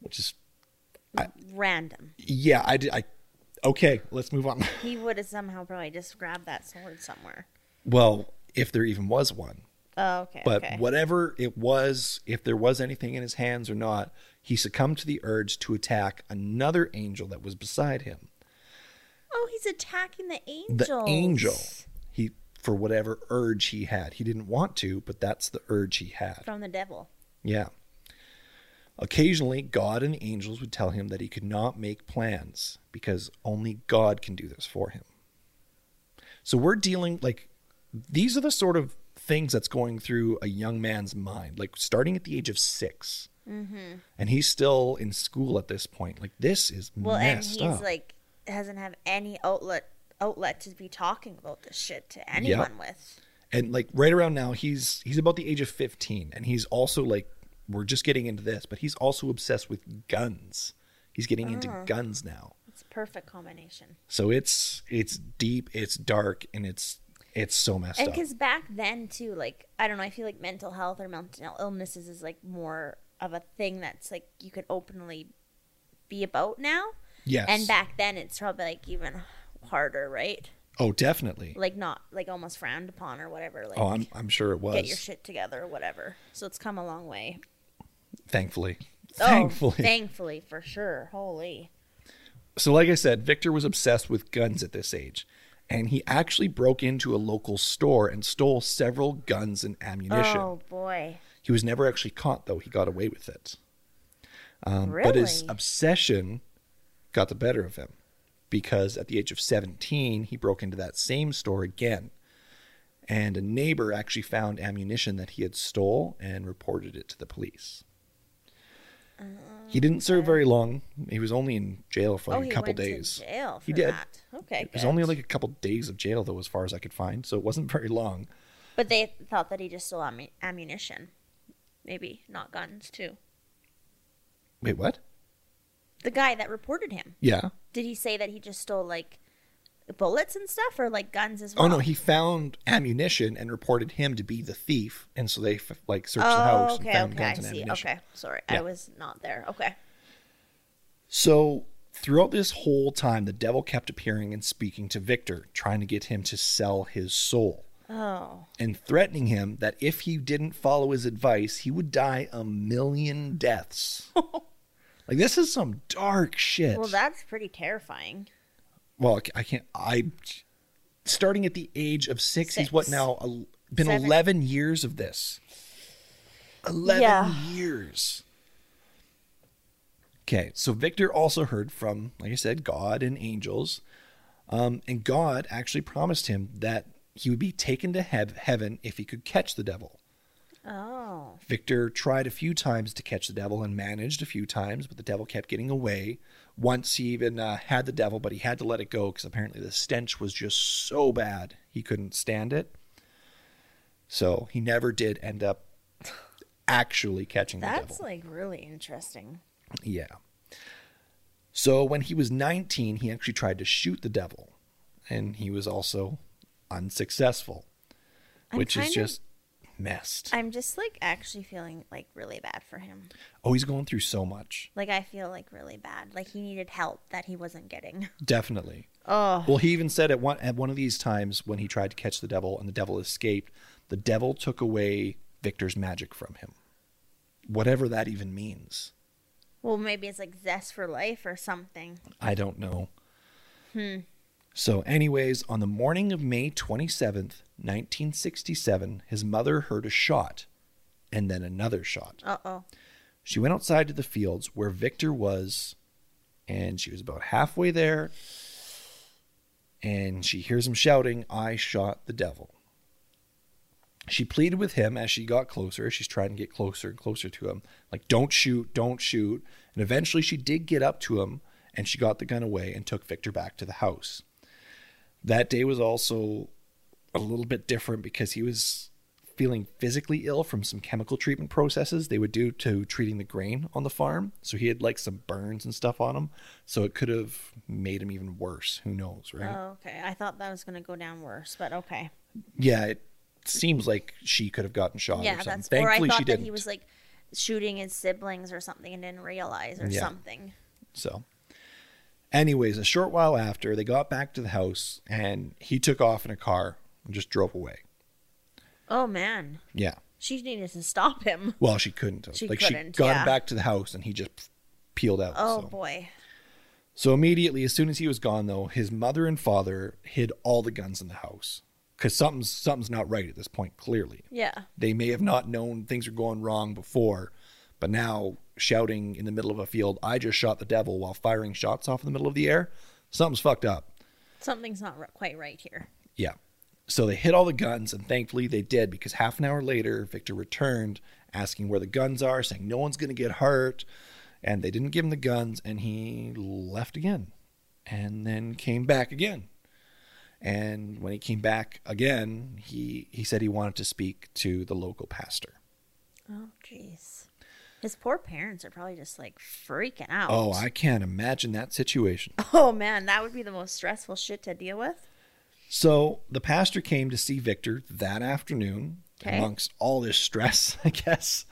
Speaker 2: Which is
Speaker 1: Random.
Speaker 2: yeah, I did I okay, let's move on.
Speaker 1: He would have somehow probably just grabbed that sword somewhere.
Speaker 2: <laughs> well, if there even was one.
Speaker 1: Oh, okay.
Speaker 2: But
Speaker 1: okay.
Speaker 2: whatever it was, if there was anything in his hands or not, he succumbed to the urge to attack another angel that was beside him.
Speaker 1: Oh, he's attacking the
Speaker 2: The
Speaker 1: angel.
Speaker 2: angel. He for whatever urge he had. He didn't want to, but that's the urge he had.
Speaker 1: From the devil.
Speaker 2: Yeah. Occasionally, God and the angels would tell him that he could not make plans because only God can do this for him. So we're dealing like these are the sort of things that's going through a young man's mind, like starting at the age of 6
Speaker 1: Mm-hmm.
Speaker 2: and he's still in school at this point. Like this is
Speaker 1: Well, and
Speaker 2: messed
Speaker 1: he's
Speaker 2: up.
Speaker 1: like doesn't have any outlet outlet to be talking about this shit to anyone with.
Speaker 2: and like right around now he's he's about the age of 15 and he's also like we're just getting into this but he's also obsessed with guns he's getting
Speaker 1: Ah.
Speaker 2: into guns now
Speaker 1: It's a perfect combination.
Speaker 2: so it's it's deep it's dark and it's it's so messed
Speaker 1: And
Speaker 2: up
Speaker 1: because back then too, like I don't know, I feel like mental health or mental illnesses is like more of a thing that's like you can openly be about now.
Speaker 2: yes
Speaker 1: And back then, it's probably like even harder, right?
Speaker 2: oh definitely
Speaker 1: Like not like almost frowned upon or whatever. Like
Speaker 2: oh i'm i'm sure it was
Speaker 1: get your shit together or whatever. So it's come a long way.
Speaker 2: thankfully
Speaker 1: Oh,
Speaker 2: thankfully
Speaker 1: thankfully for sure. Holy.
Speaker 2: <laughs> so like i said victor was obsessed with guns at this age and he actually broke into a local store and stole several guns and ammunition
Speaker 1: Oh boy.
Speaker 2: He was never actually caught, though. He got away with it. Um,
Speaker 1: really?
Speaker 2: But his obsession got the better of him because at the age of 17, he broke into that same store again. And a neighbor actually found ammunition that he had stole and reported it to the police. He didn't serve very long. He was only in jail for like
Speaker 1: Oh, he
Speaker 2: a couple
Speaker 1: went
Speaker 2: days.
Speaker 1: To jail for
Speaker 2: he did.
Speaker 1: That. Okay.
Speaker 2: It was
Speaker 1: good.
Speaker 2: only like a couple days of jail, though, as far as I could find. So it wasn't <laughs> very long.
Speaker 1: But they thought that he just stole ammu- ammunition, maybe not guns too.
Speaker 2: Wait, what?
Speaker 1: The guy that reported him,
Speaker 2: Yeah.
Speaker 1: did he say that he just stole like bullets and stuff, or like guns as well?
Speaker 2: Oh no, he found ammunition and reported him to be the thief, and so they f- like searched the house
Speaker 1: Oh, okay,
Speaker 2: and found
Speaker 1: okay,
Speaker 2: guns
Speaker 1: I
Speaker 2: and
Speaker 1: see.
Speaker 2: ammunition.
Speaker 1: Okay, sorry,
Speaker 2: Yeah.
Speaker 1: I was not there. Okay,
Speaker 2: So Throughout this whole time, the devil kept appearing and speaking to Victor, trying to get him to sell his soul
Speaker 1: Oh.
Speaker 2: and threatening him that if he didn't follow his advice, he would die a million
Speaker 1: <laughs>
Speaker 2: deaths. like this is some dark shit.
Speaker 1: Well, that's pretty terrifying.
Speaker 2: well, I ca- I can't. I starting at the age of six, he's what
Speaker 1: Six.
Speaker 2: now? El- Been
Speaker 1: Seven.
Speaker 2: eleven years of this. Eleven
Speaker 1: Yeah.
Speaker 2: years. Okay, so Victor also heard from, like I said, God and angels, um, and God actually promised him that he would be taken to hev- heaven if he could catch the devil.
Speaker 1: Oh.
Speaker 2: Victor tried a few times to catch the devil and managed a few times, but the devil kept getting away. Once he even uh, had the devil, but he had to let it go because apparently the stench was just so bad he couldn't stand it. So he never did end up actually catching the devil.
Speaker 1: That's like really interesting.
Speaker 2: Yeah. So when he was 19, he actually tried to shoot the devil, and he was also unsuccessful,
Speaker 1: I'm
Speaker 2: which
Speaker 1: kind
Speaker 2: is
Speaker 1: of-
Speaker 2: just messed.
Speaker 1: I'm just like actually feeling like really bad for him.
Speaker 2: oh, he's going through so much.
Speaker 1: Like I feel like really bad. Like he needed help that he wasn't getting. <laughs>
Speaker 2: Definitely.
Speaker 1: Oh.
Speaker 2: Well, he even said at one at one of these times when he tried to catch the devil and the devil escaped, the devil took away Victor's magic from him. Whatever that even means.
Speaker 1: Well, maybe it's like zest for life or something.
Speaker 2: I don't know. So, anyways, on the morning of May 27th, 1967, his mother heard a shot and then another shot.
Speaker 1: Uh oh.
Speaker 2: She went outside to the fields where Victor was, and she was about halfway there, and she hears him shouting, I shot the devil. She pleaded with him as she got closer. She's trying to get closer and closer to him, like, don't shoot, don't shoot. And eventually she did get up to him, and she got the gun away and took Victor back to the house. That day was also a little bit different because he was feeling physically ill from some chemical treatment processes they would do to treating the grain on the farm. So he had like some burns and stuff on him. So it could have made him even worse. Who knows, right?
Speaker 1: Oh, okay. I thought that was gonna go down worse, but okay.
Speaker 2: Yeah, it seems like she could have gotten shot or
Speaker 1: yeah,
Speaker 2: something.
Speaker 1: that's.
Speaker 2: Thankfully,
Speaker 1: or I
Speaker 2: she
Speaker 1: thought that
Speaker 2: didn't.
Speaker 1: he was like shooting his siblings or something and didn't realize or
Speaker 2: Yeah.
Speaker 1: something.
Speaker 2: So, anyways, a short while after, they got back to the house and he took off in a car and just drove away.
Speaker 1: Oh man,
Speaker 2: Yeah.
Speaker 1: she needed to stop him.
Speaker 2: Well, she couldn't. have.
Speaker 1: She
Speaker 2: like
Speaker 1: couldn't,
Speaker 2: she got
Speaker 1: yeah.
Speaker 2: him back to the house and he just peeled out.
Speaker 1: Oh
Speaker 2: so.
Speaker 1: boy.
Speaker 2: So immediately, as soon as he was gone, though, his mother and father hid all the guns in the house because something's something's not right at this point. Clearly,
Speaker 1: Yeah.
Speaker 2: they may have not known things were going wrong before, but now shouting in the middle of a field, "I just shot the devil!" while firing shots off in the middle of the air, something's fucked up.
Speaker 1: Something's not r- quite right here.
Speaker 2: Yeah. So they hid all the guns, and thankfully they did because half an hour later, Victor returned asking where the guns are, saying no one's going to get hurt. And they didn't give him the guns, and he left again and then came back again. And when he came back again, he, he said he wanted to speak to the local pastor.
Speaker 1: Oh jeez. His poor parents are probably just like freaking out.
Speaker 2: Oh,
Speaker 1: <laughs>
Speaker 2: I can't imagine that situation.
Speaker 1: Oh man, that would be the most stressful shit to deal with.
Speaker 2: So the pastor came to see Victor that afternoon,
Speaker 1: Okay.
Speaker 2: amongst all this stress, <laughs> I guess.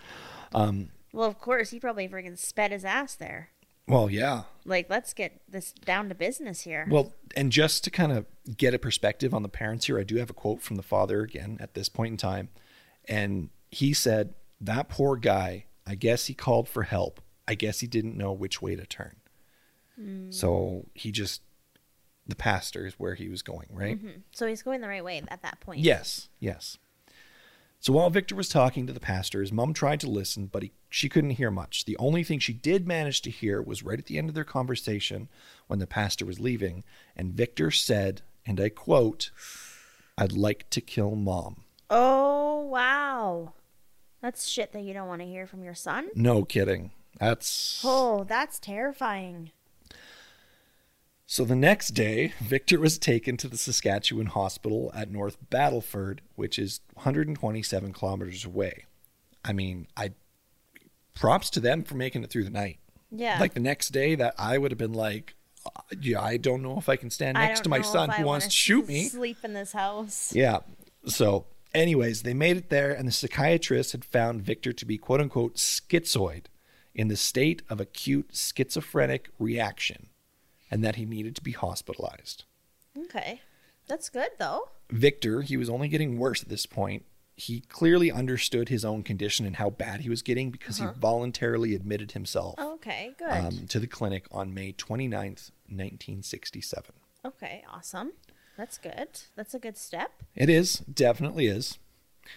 Speaker 1: Well, of course, he probably freaking sped his ass there.
Speaker 2: Well, yeah,
Speaker 1: Like, let's get this down to business here.
Speaker 2: Well, and just to kind of get a perspective on the parents here, I do have a quote from the father again at this point in time. And he said, That poor guy, I guess he called for help. I guess he didn't know which way to turn.
Speaker 1: Hmm.
Speaker 2: So he just, the pastor is where he was going,
Speaker 1: Mm-hmm.
Speaker 2: right?
Speaker 1: so he's going the right way at that point.
Speaker 2: Yes, yes. So while Victor was talking to the pastor, his mom tried to listen, but he, she couldn't hear much. The only thing she did manage to hear was right at the end of their conversation when the pastor was leaving, and Victor said, and I quote, I'd like to kill mom.
Speaker 1: Oh wow, that's shit that you don't want to hear from your son.
Speaker 2: No kidding. That's.
Speaker 1: Oh, that's terrifying.
Speaker 2: So the next day, <laughs> Victor was taken to the Saskatchewan Hospital at North Battleford, which is 127 kilometers away. I mean, I props to them for making it through the night.
Speaker 1: Yeah.
Speaker 2: Like the next day, that I would have been like, uh, yeah, I don't know if I can stand
Speaker 1: I
Speaker 2: next
Speaker 1: don't
Speaker 2: to my
Speaker 1: know if
Speaker 2: son
Speaker 1: I
Speaker 2: who wants
Speaker 1: wanna
Speaker 2: to shoot
Speaker 1: s-
Speaker 2: me.
Speaker 1: Sleep in this house.
Speaker 2: Yeah. So, anyways, they made it there, and the psychiatrist had found Victor to be quote unquote schizoid in the state of acute schizophrenic reaction. and that he needed to be hospitalized.
Speaker 1: Okay. That's good though.
Speaker 2: Victor, he was only getting worse at this point. He clearly understood his own condition and how bad he was getting because
Speaker 1: Uh-huh.
Speaker 2: he voluntarily admitted himself
Speaker 1: Okay, good.
Speaker 2: um, to the clinic on May 29th, 1967.
Speaker 1: okay, awesome. That's good. That's a good step.
Speaker 2: It is, definitely is.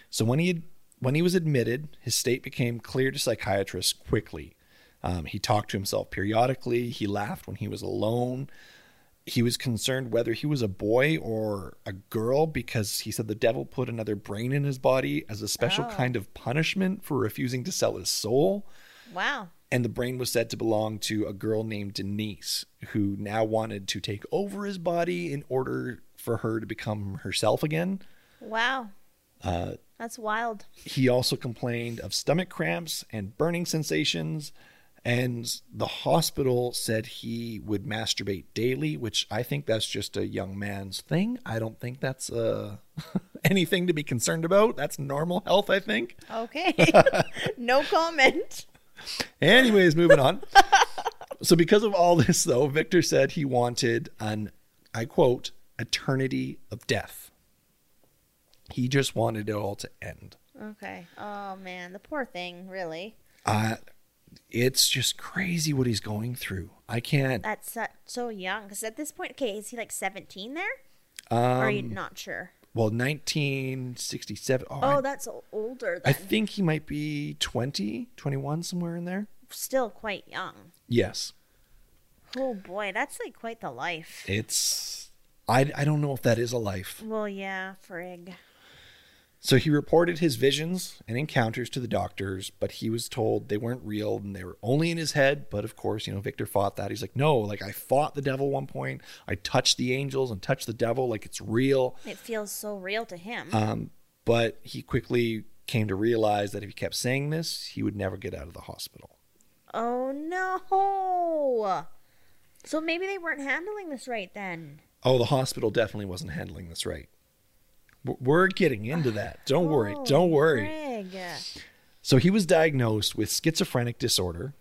Speaker 2: So when he had, when he was admitted, his state became clear to psychiatrists quickly. Um, he talked to himself periodically. He laughed when he was alone. He was concerned whether he was a boy or a girl because he said the devil put another brain in his body as a special kind of punishment for refusing to sell his soul.
Speaker 1: Wow.
Speaker 2: And the brain was said to belong to a girl named Denise, who now wanted to take over his body in order for her to become herself again.
Speaker 1: Wow.
Speaker 2: Uh,
Speaker 1: That's wild.
Speaker 2: He also complained of stomach cramps and burning sensations. And the hospital said he would masturbate daily, which I think that's just a young man's thing. I don't think that's uh, <laughs> anything to be concerned about. That's normal health, I think. <laughs>
Speaker 1: Okay. <laughs> no comment.
Speaker 2: Anyways, moving on. <laughs> so, because of all this, though, Victor said he wanted an, I quote, eternity of death. He just wanted it all to end.
Speaker 1: Okay. Oh man, the poor thing, really.
Speaker 2: Uh, it's just crazy what he's going through. I can't.
Speaker 1: That's so- so young. Because at this point, okay, is he like 17 there? or are you
Speaker 2: Um,
Speaker 1: not sure?
Speaker 2: Well, 1967. Oh,
Speaker 1: Oh,
Speaker 2: I,
Speaker 1: that's o- older.
Speaker 2: I
Speaker 1: Than,
Speaker 2: think he might be 20, 21, somewhere in there.
Speaker 1: Still quite young.
Speaker 2: Yes.
Speaker 1: Oh boy, that's like quite the life.
Speaker 2: It's. I, I don't know if that is a life.
Speaker 1: Well, yeah, frig.
Speaker 2: So he reported his visions and encounters to the doctors, but he was told they weren't real and they were only in his head. But of course, you know, Victor fought that. He's like, no, like I fought the devil one point. I touched the angels and touched the devil. Like it's real.
Speaker 1: It feels so real to him.
Speaker 2: But he quickly came to realize that if he kept saying this, he would never get out of the hospital.
Speaker 1: oh no. So maybe they weren't handling this right then.
Speaker 2: Oh, the hospital definitely wasn't handling this right. W- We're getting into that. Don't worry.
Speaker 1: Oh,
Speaker 2: Don't worry.
Speaker 1: frig.
Speaker 2: So he was diagnosed with schizophrenic disorder,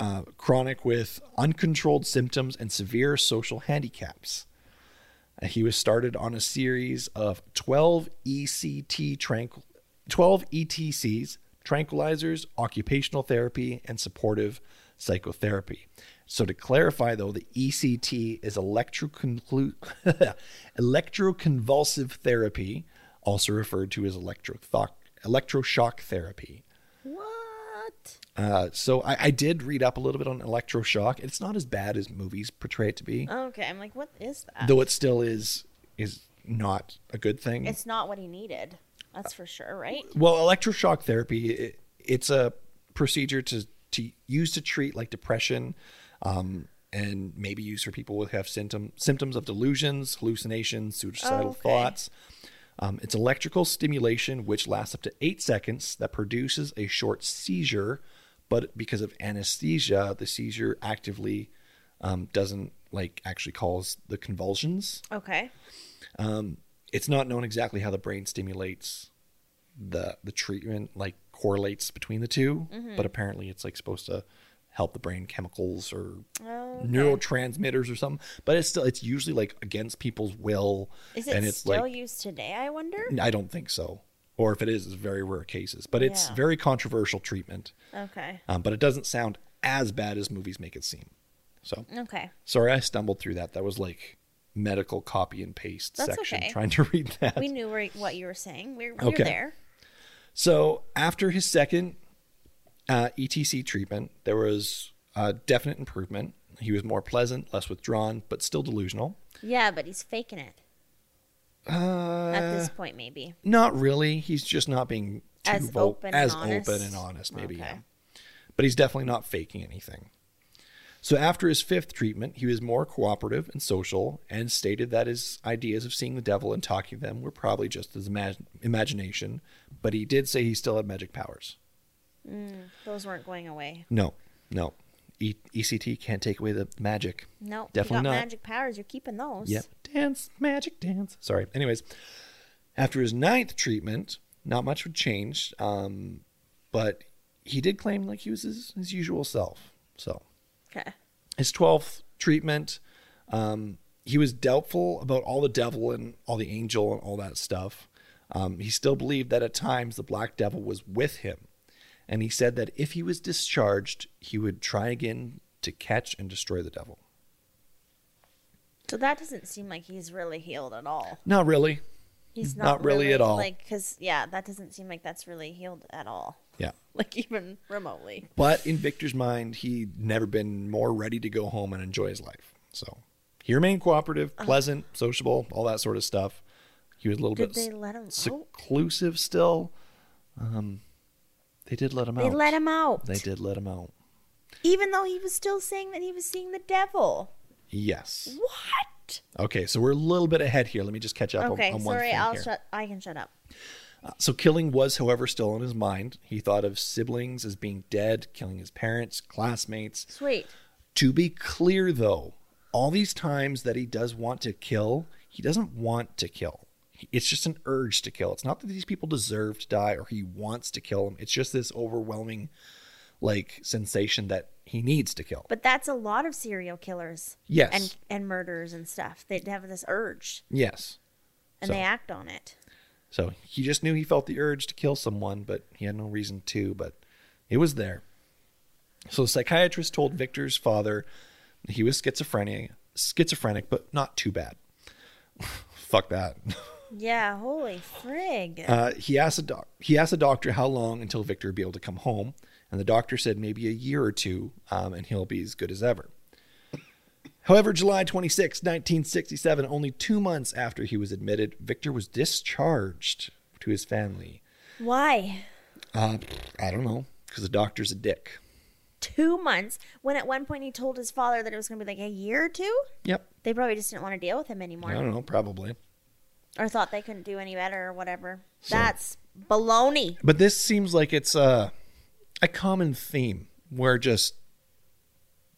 Speaker 2: uh, chronic with uncontrolled symptoms and severe social handicaps. Uh, he was started on a series of E 12 ECT tranquil 12 ETCs, E tranquilizers, occupational therapy, and supportive psychotherapy. So to clarify though, the ECT is electroconclu- <laughs> electroconvulsive therapy, also referred to as electrothoc- electroshock therapy.
Speaker 1: What?
Speaker 2: Uh, so I, I did read up a little bit on electroshock. It's not as bad as movies portray it to be,
Speaker 1: Okay, I'm like, what is that?
Speaker 2: though it still is is not a good thing.
Speaker 1: it's not what he needed. That's for sure, right?
Speaker 2: well, electroshock therapy it, it's a procedure to to use to treat like depression, um, and maybe used for people who have symptom symptoms of delusions, hallucinations, suicidal
Speaker 1: Okay.
Speaker 2: thoughts. Um, it's electrical stimulation which lasts up to eight seconds that produces a short seizure, but because of anesthesia, the seizure actively um, doesn't like actually cause the convulsions
Speaker 1: Okay.
Speaker 2: it's not known exactly how the brain stimulates the the treatment like correlates between the 2
Speaker 1: Mm-hmm.
Speaker 2: but apparently it's like supposed to help the brain chemicals or Oh. neurotransmitters or something but it's still it's usually like against people's will
Speaker 1: Is it
Speaker 2: and it's
Speaker 1: still
Speaker 2: like
Speaker 1: used today, I wonder?
Speaker 2: i don't think so or if it is it's very rare cases but it's
Speaker 1: Yeah.
Speaker 2: very controversial treatment
Speaker 1: Okay.
Speaker 2: um, but it doesn't sound as bad as movies make it seem so
Speaker 1: Okay.
Speaker 2: sorry i stumbled through that that was like medical copy and paste
Speaker 1: That's
Speaker 2: section
Speaker 1: okay.
Speaker 2: trying to read that
Speaker 1: We knew where, what you were saying. We were, we
Speaker 2: Okay.
Speaker 1: were there.
Speaker 2: So after his second uh, ETC treatment, there was uh, definite improvement. He was more pleasant, less withdrawn, but still delusional.
Speaker 1: Yeah, but he's faking it
Speaker 2: Uh,
Speaker 1: at this point, maybe.
Speaker 2: not really. He's just not being too
Speaker 1: As
Speaker 2: vul-
Speaker 1: open and
Speaker 2: as
Speaker 1: honest?
Speaker 2: open and honest. Maybe,
Speaker 1: Okay.
Speaker 2: yeah. But he's definitely not faking anything. So after his fifth treatment, he was more cooperative and social, and stated that his ideas of seeing the devil and talking to them were probably just his imag- imagination. But he did say he still had magic powers.
Speaker 1: Those weren't going away.
Speaker 2: No, no. E- ECT can't take away the magic.
Speaker 1: No, you
Speaker 2: definitely
Speaker 1: got
Speaker 2: not.
Speaker 1: magic powers. You're keeping those.
Speaker 2: Yep. Dance, magic dance. Sorry. Anyways, after his ninth treatment, not much would change. Um, but he did claim like he was his, his usual self. So
Speaker 1: Okay.
Speaker 2: his twelfth treatment, Um, he was doubtful about all the devil and all the angel and all that stuff. Um, he still believed that at times the black devil was with him. And he said that if he was discharged, he would try again to catch and destroy the devil.
Speaker 1: So that doesn't seem like he's really healed at all.
Speaker 2: Not really.
Speaker 1: He's
Speaker 2: Not
Speaker 1: not,
Speaker 2: really at all.
Speaker 1: Like, cause yeah, that doesn't seem like that's really healed at all. <laughs>
Speaker 2: Yeah.
Speaker 1: Like even remotely.
Speaker 2: But in Victor's mind, he'd never been more ready to go home and enjoy his life. So he remained cooperative, pleasant, sociable, all that sort of stuff. He was a little
Speaker 1: Did
Speaker 2: bit
Speaker 1: they let him out?
Speaker 2: seclusive still. Um, they did let him
Speaker 1: They
Speaker 2: out.
Speaker 1: let him out.
Speaker 2: They did let him out.
Speaker 1: Even though he was still saying that he was seeing the devil.
Speaker 2: Yes.
Speaker 1: What?
Speaker 2: Okay, so we're a little bit ahead here. Let me just catch up on-
Speaker 1: Okay,
Speaker 2: on, one
Speaker 1: sorry,
Speaker 2: thing
Speaker 1: I'll
Speaker 2: here.
Speaker 1: shut I can shut up.
Speaker 2: So killing was, however, still on his mind. He thought of siblings as being dead, killing his parents, classmates.
Speaker 1: Sweet.
Speaker 2: To be clear, though, all these times that he does want to kill, he doesn't want to kill. It's just an urge to kill. It's not that these people deserve to die or he wants to kill them. It's just this overwhelming, like, sensation that he needs to kill.
Speaker 1: But that's a lot of serial killers.
Speaker 2: Yes.
Speaker 1: And and murderers and stuff. They have this urge
Speaker 2: yes.
Speaker 1: and
Speaker 2: So-
Speaker 1: they act on it.
Speaker 2: So he just knew he felt the urge to kill someone, but he had no reason to, but it was there. So the psychiatrist told Victor's father he was schizophrenic, schizophrenic, but not too bad. <laughs> Fuck that. <laughs>
Speaker 1: Yeah, holy frig.
Speaker 2: Uh, he asked a doc- he asked the doctor how long until Victor would be able to come home, and the doctor said maybe a year or two, um, and he'll be as good as ever. However, July 26, 1967, only two months after he was admitted, Victor was discharged to his family.
Speaker 1: Why?
Speaker 2: Uh, I don't know, because the doctor's a dick.
Speaker 1: Two months when at one point he told his father that it was gonna be like a year or two?
Speaker 2: Yep.
Speaker 1: They probably just didn't want to deal with him anymore.
Speaker 2: I don't know, probably.
Speaker 1: or thought they couldn't do any better or whatever. That's baloney.
Speaker 2: But this seems like it's a, a common theme where just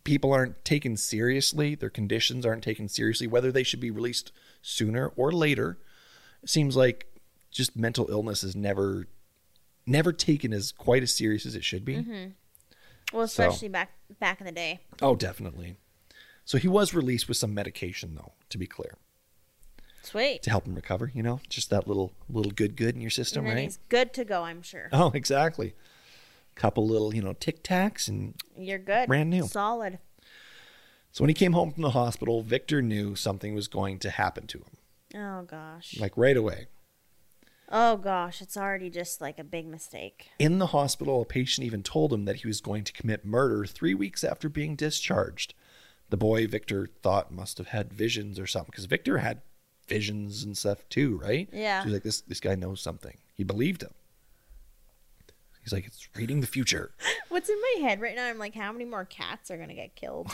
Speaker 2: people aren't taken seriously, their conditions aren't taken seriously, whether they should be released sooner or later. It seems like just mental illness is never never taken as quite as serious as it should be.
Speaker 1: Mm-hmm. Well,
Speaker 2: So-
Speaker 1: especially back back in the day.
Speaker 2: Oh, definitely. So he was released with some medication though, to be clear,
Speaker 1: Sweet.
Speaker 2: to help him recover, you know, just that little little good good in your system,
Speaker 1: And then
Speaker 2: right?
Speaker 1: he's good to go, I'm sure.
Speaker 2: <laughs> Oh, exactly. Couple little, you know, tic tacs. And
Speaker 1: You're good.
Speaker 2: Brand new.
Speaker 1: Solid.
Speaker 2: so when he came home from the hospital, Victor knew something was going to happen to him,
Speaker 1: Oh gosh.
Speaker 2: like right away.
Speaker 1: Oh gosh, it's already just like a big mistake.
Speaker 2: In the hospital, a patient even told him that he was going to commit murder three weeks after being discharged. The boy, Victor, thought must have had visions or something because Victor had visions and stuff too, right?
Speaker 1: Yeah.
Speaker 2: So he's like, this, this guy knows something. He believed him. He's like, it's reading the
Speaker 1: <laughs>
Speaker 2: future.
Speaker 1: What's in my head right now? I'm like, how many more cats are gonna get
Speaker 2: <laughs>
Speaker 1: killed?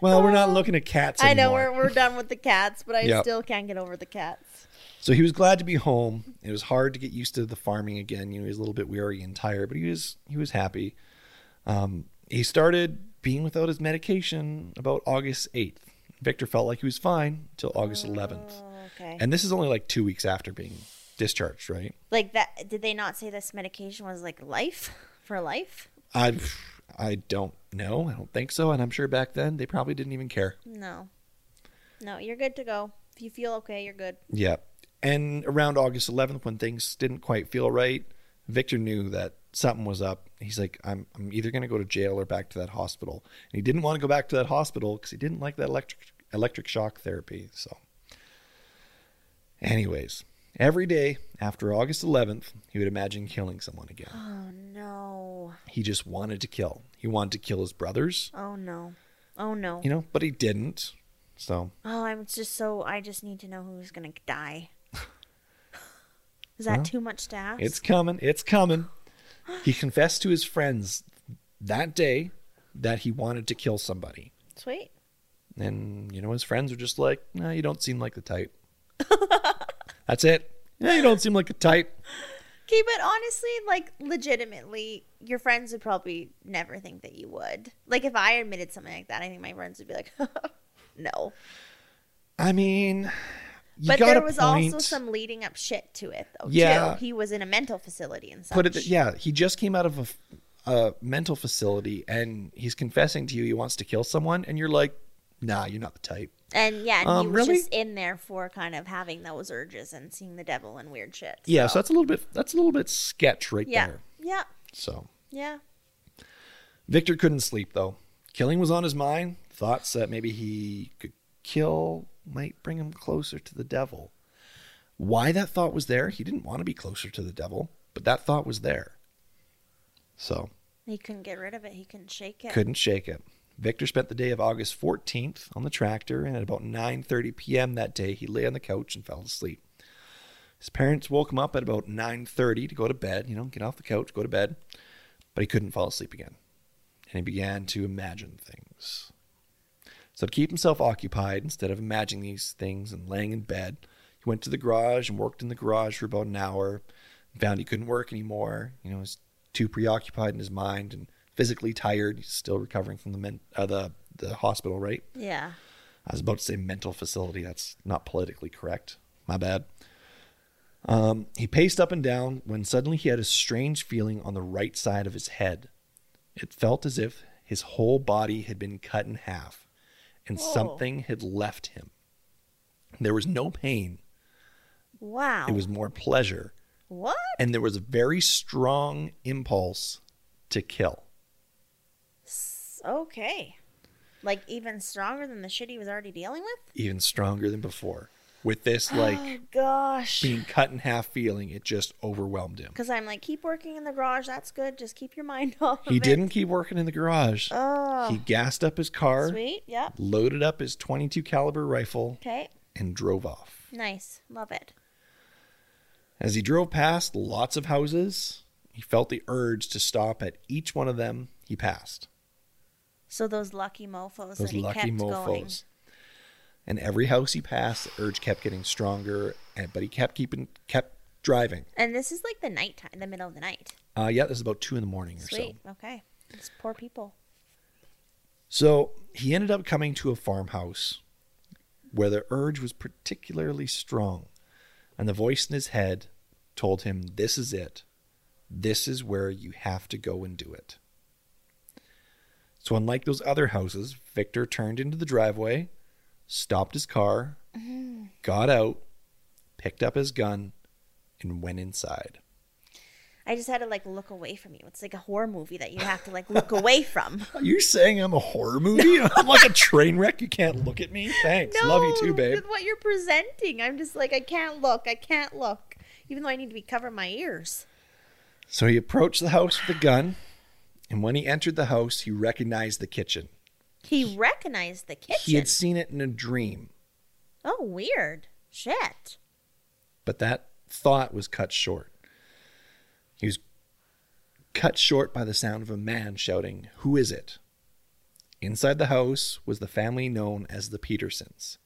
Speaker 2: Well, we're not looking at cats
Speaker 1: I know
Speaker 2: anymore.
Speaker 1: we're we're done with the cats, but I
Speaker 2: Yep.
Speaker 1: still can't get over the cats.
Speaker 2: So he was glad to be home. It was hard to get used to the farming again. You know, he was a little bit weary and tired, but he was he was happy. Um, he started being without his medication about August eighth. Victor felt like he was fine till August eleventh,
Speaker 1: Okay.
Speaker 2: and this is only like two weeks after being discharged, right?
Speaker 1: like that did they not say this medication was like life <laughs> for life?
Speaker 2: I I don't know. I don't think so, and I'm sure back then they probably didn't even care.
Speaker 1: No. No, you're good to go. If you feel okay, you're good.
Speaker 2: Yeah. And around August 11th, when things didn't quite feel right, Victor knew that something was up. He's like, I'm, I'm either going to go to jail or back to that hospital. And he didn't want to go back to that hospital because he didn't like that electric, electric shock therapy. So, anyways, every day after August 11th, he would imagine killing someone again.
Speaker 1: Oh no.
Speaker 2: He just wanted to kill. He wanted to kill his brothers,
Speaker 1: Oh no. Oh no.
Speaker 2: you know, but he didn't. So,
Speaker 1: Oh, I'm just so I just need to know who's gonna
Speaker 2: <laughs>
Speaker 1: die. Is that too much to ask?
Speaker 2: It's coming. It's coming. He confessed to his friends that day that he wanted to kill somebody.
Speaker 1: sweet.
Speaker 2: And, you know, his friends were just like, no, you don't seem like the
Speaker 1: <laughs>
Speaker 2: type. That's it. Yeah, you don't seem like the type.
Speaker 1: Okay, but honestly, like legitimately, your friends would probably never think that you would. Like if I admitted something like that, I think my friends would be like, <laughs> "No."
Speaker 2: I mean, you
Speaker 1: But
Speaker 2: got
Speaker 1: there
Speaker 2: a
Speaker 1: was
Speaker 2: point.
Speaker 1: also some leading up shit to it, though.
Speaker 2: Yeah.
Speaker 1: too. he was in a mental facility and such.
Speaker 2: Put it, yeah, he just came out of a, f- a mental facility and he's confessing to you he wants to kill someone. And you're like, nah, you're not the type.
Speaker 1: And yeah, and
Speaker 2: Um,
Speaker 1: he was
Speaker 2: really?
Speaker 1: just in there for kind of having those urges and seeing the devil and weird shit.
Speaker 2: Yeah, so that's a little bit that's a little bit sketch right
Speaker 1: Yeah.
Speaker 2: there.
Speaker 1: Yeah.
Speaker 2: So
Speaker 1: Yeah.
Speaker 2: Victor couldn't sleep though. Killing was on his mind. Thoughts that maybe he could kill might bring him closer to the devil. Why that thought was there, he didn't want to be closer to the devil, but that thought was there. So
Speaker 1: He couldn't get rid of it. He couldn't shake it.
Speaker 2: couldn't shake it. Victor spent the day of August 14th on the tractor, and at about 9:30 p.m. that day, he lay on the couch and fell asleep. His parents woke him up at about 9:30 to go to bed, you know, get off the couch, go to bed, but he couldn't fall asleep again. And he began to imagine things. So to keep himself occupied, instead of imagining these things and laying in bed, he went to the garage and worked in the garage for about an hour. And found he couldn't work anymore. You know, he was too preoccupied in his mind and physically tired. He's still recovering from the men- uh, the the hospital, right?
Speaker 1: Yeah.
Speaker 2: I was about to say mental facility. That's not politically correct. My bad. Um, he paced up and down when suddenly he had a strange feeling on the right side of his head. It felt as if his whole body had been cut in half and something had left him. There was no pain,
Speaker 1: Wow.
Speaker 2: it was more pleasure,
Speaker 1: what?
Speaker 2: and there was a very strong impulse to kill.
Speaker 1: Okay. Like even stronger than the shit he was already dealing with?
Speaker 2: even stronger than before. With this,
Speaker 1: Oh,
Speaker 2: like
Speaker 1: Gosh.
Speaker 2: being cut in half feeling, it just overwhelmed him.
Speaker 1: Because I'm like, keep working in the garage. That's good. Just keep your mind <laughs> off of
Speaker 2: He
Speaker 1: it. Oh,
Speaker 2: didn't keep working in the garage. He gassed up his car,
Speaker 1: Sweet. Yep.
Speaker 2: loaded up his 22 caliber rifle,
Speaker 1: Okay.
Speaker 2: and drove off.
Speaker 1: Nice. Love it.
Speaker 2: As he drove past lots of houses, he felt the urge to stop at each one of them he passed.
Speaker 1: So those lucky mofos
Speaker 2: Those
Speaker 1: that he
Speaker 2: lucky
Speaker 1: kept
Speaker 2: mofos.
Speaker 1: going.
Speaker 2: And every house he passed, the urge kept getting stronger, and but he kept keeping kept driving.
Speaker 1: And this is like the nighttime, the middle of the night.
Speaker 2: Uh, yeah, this is about two in the morning or so.
Speaker 1: Sweet. Okay. It's poor people.
Speaker 2: So he ended up coming to a farmhouse where the urge was particularly strong, and the voice in his head told him, This is it. This is where you have to go and do it. So, unlike those other houses, Victor turned into the driveway, stopped his car, got out, picked up his gun, and went inside.
Speaker 1: I just had to like look away from you. It's like a horror movie that you have to like look away from.
Speaker 2: You're saying I'm a horror movie? <laughs> I'm like a train wreck. You can't look at me. Thanks. Love you too, babe.
Speaker 1: With what you're presenting, I'm just like I can't look. I can't look, even though I need to be covering my ears.
Speaker 2: So he approached the house with a gun, and when he entered the house, he recognized the kitchen.
Speaker 1: He recognized the kitchen.
Speaker 2: He had seen it in a dream,
Speaker 1: Oh, weird shit.
Speaker 2: but that thought was cut short. He was cut short by the sound of a man shouting, Who is it? Inside the house was the family known as the Petersons.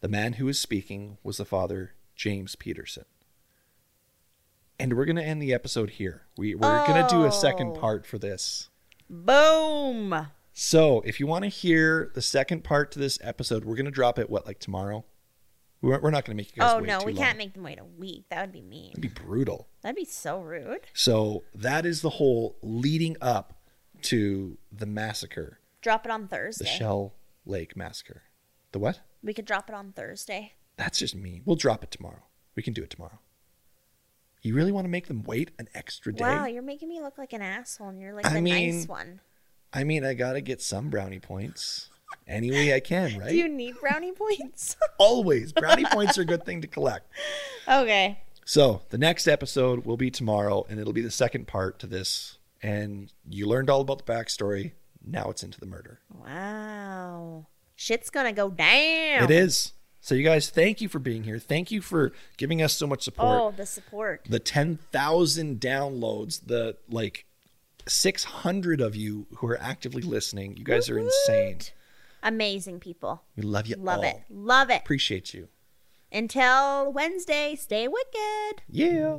Speaker 2: The man who was speaking was the father, James Peterson. And we're going to end the episode here. We, we're going to do a second part for this.
Speaker 1: Boom.
Speaker 2: So, if you want to hear the second part to this episode, we're going to drop it, what, like tomorrow? We're, we're not going to make you guys
Speaker 1: Oh
Speaker 2: wait
Speaker 1: no,
Speaker 2: too
Speaker 1: we
Speaker 2: long.
Speaker 1: can't make them wait a week. That would be mean.
Speaker 2: It'd be brutal.
Speaker 1: That'd be so rude.
Speaker 2: So, that is the whole leading up to the massacre,
Speaker 1: Drop it on
Speaker 2: the
Speaker 1: Thursday.
Speaker 2: Shell Lake massacre. The what?
Speaker 1: We could drop it on Thursday.
Speaker 2: That's just me. We'll drop it tomorrow. We can do it tomorrow. You really want to make them wait an extra day?
Speaker 1: Wow, you're making me look like an asshole, and you're like
Speaker 2: I
Speaker 1: the nice
Speaker 2: mean,
Speaker 1: one.
Speaker 2: I mean, I got to get some brownie points any way I can, right?
Speaker 1: <laughs> Do you need
Speaker 2: <laughs>
Speaker 1: brownie points? <laughs>
Speaker 2: Always. Brownie points are a good thing to collect.
Speaker 1: okay.
Speaker 2: So the next episode will be tomorrow, and it'll be the second part to this. And you learned all about the backstory. Now it's into the murder.
Speaker 1: Wow. Shit's gonna go down.
Speaker 2: It is. So you guys, thank you for being here. Thank you for giving us so much support.
Speaker 1: Oh, the support.
Speaker 2: The ten thousand downloads, the like six hundred of you who are actively listening. You guys are insane.
Speaker 1: Amazing people.
Speaker 2: We love you
Speaker 1: Love
Speaker 2: all.
Speaker 1: it. Love it.
Speaker 2: Appreciate you.
Speaker 1: Until Wednesday, stay wicked.
Speaker 2: Yeah.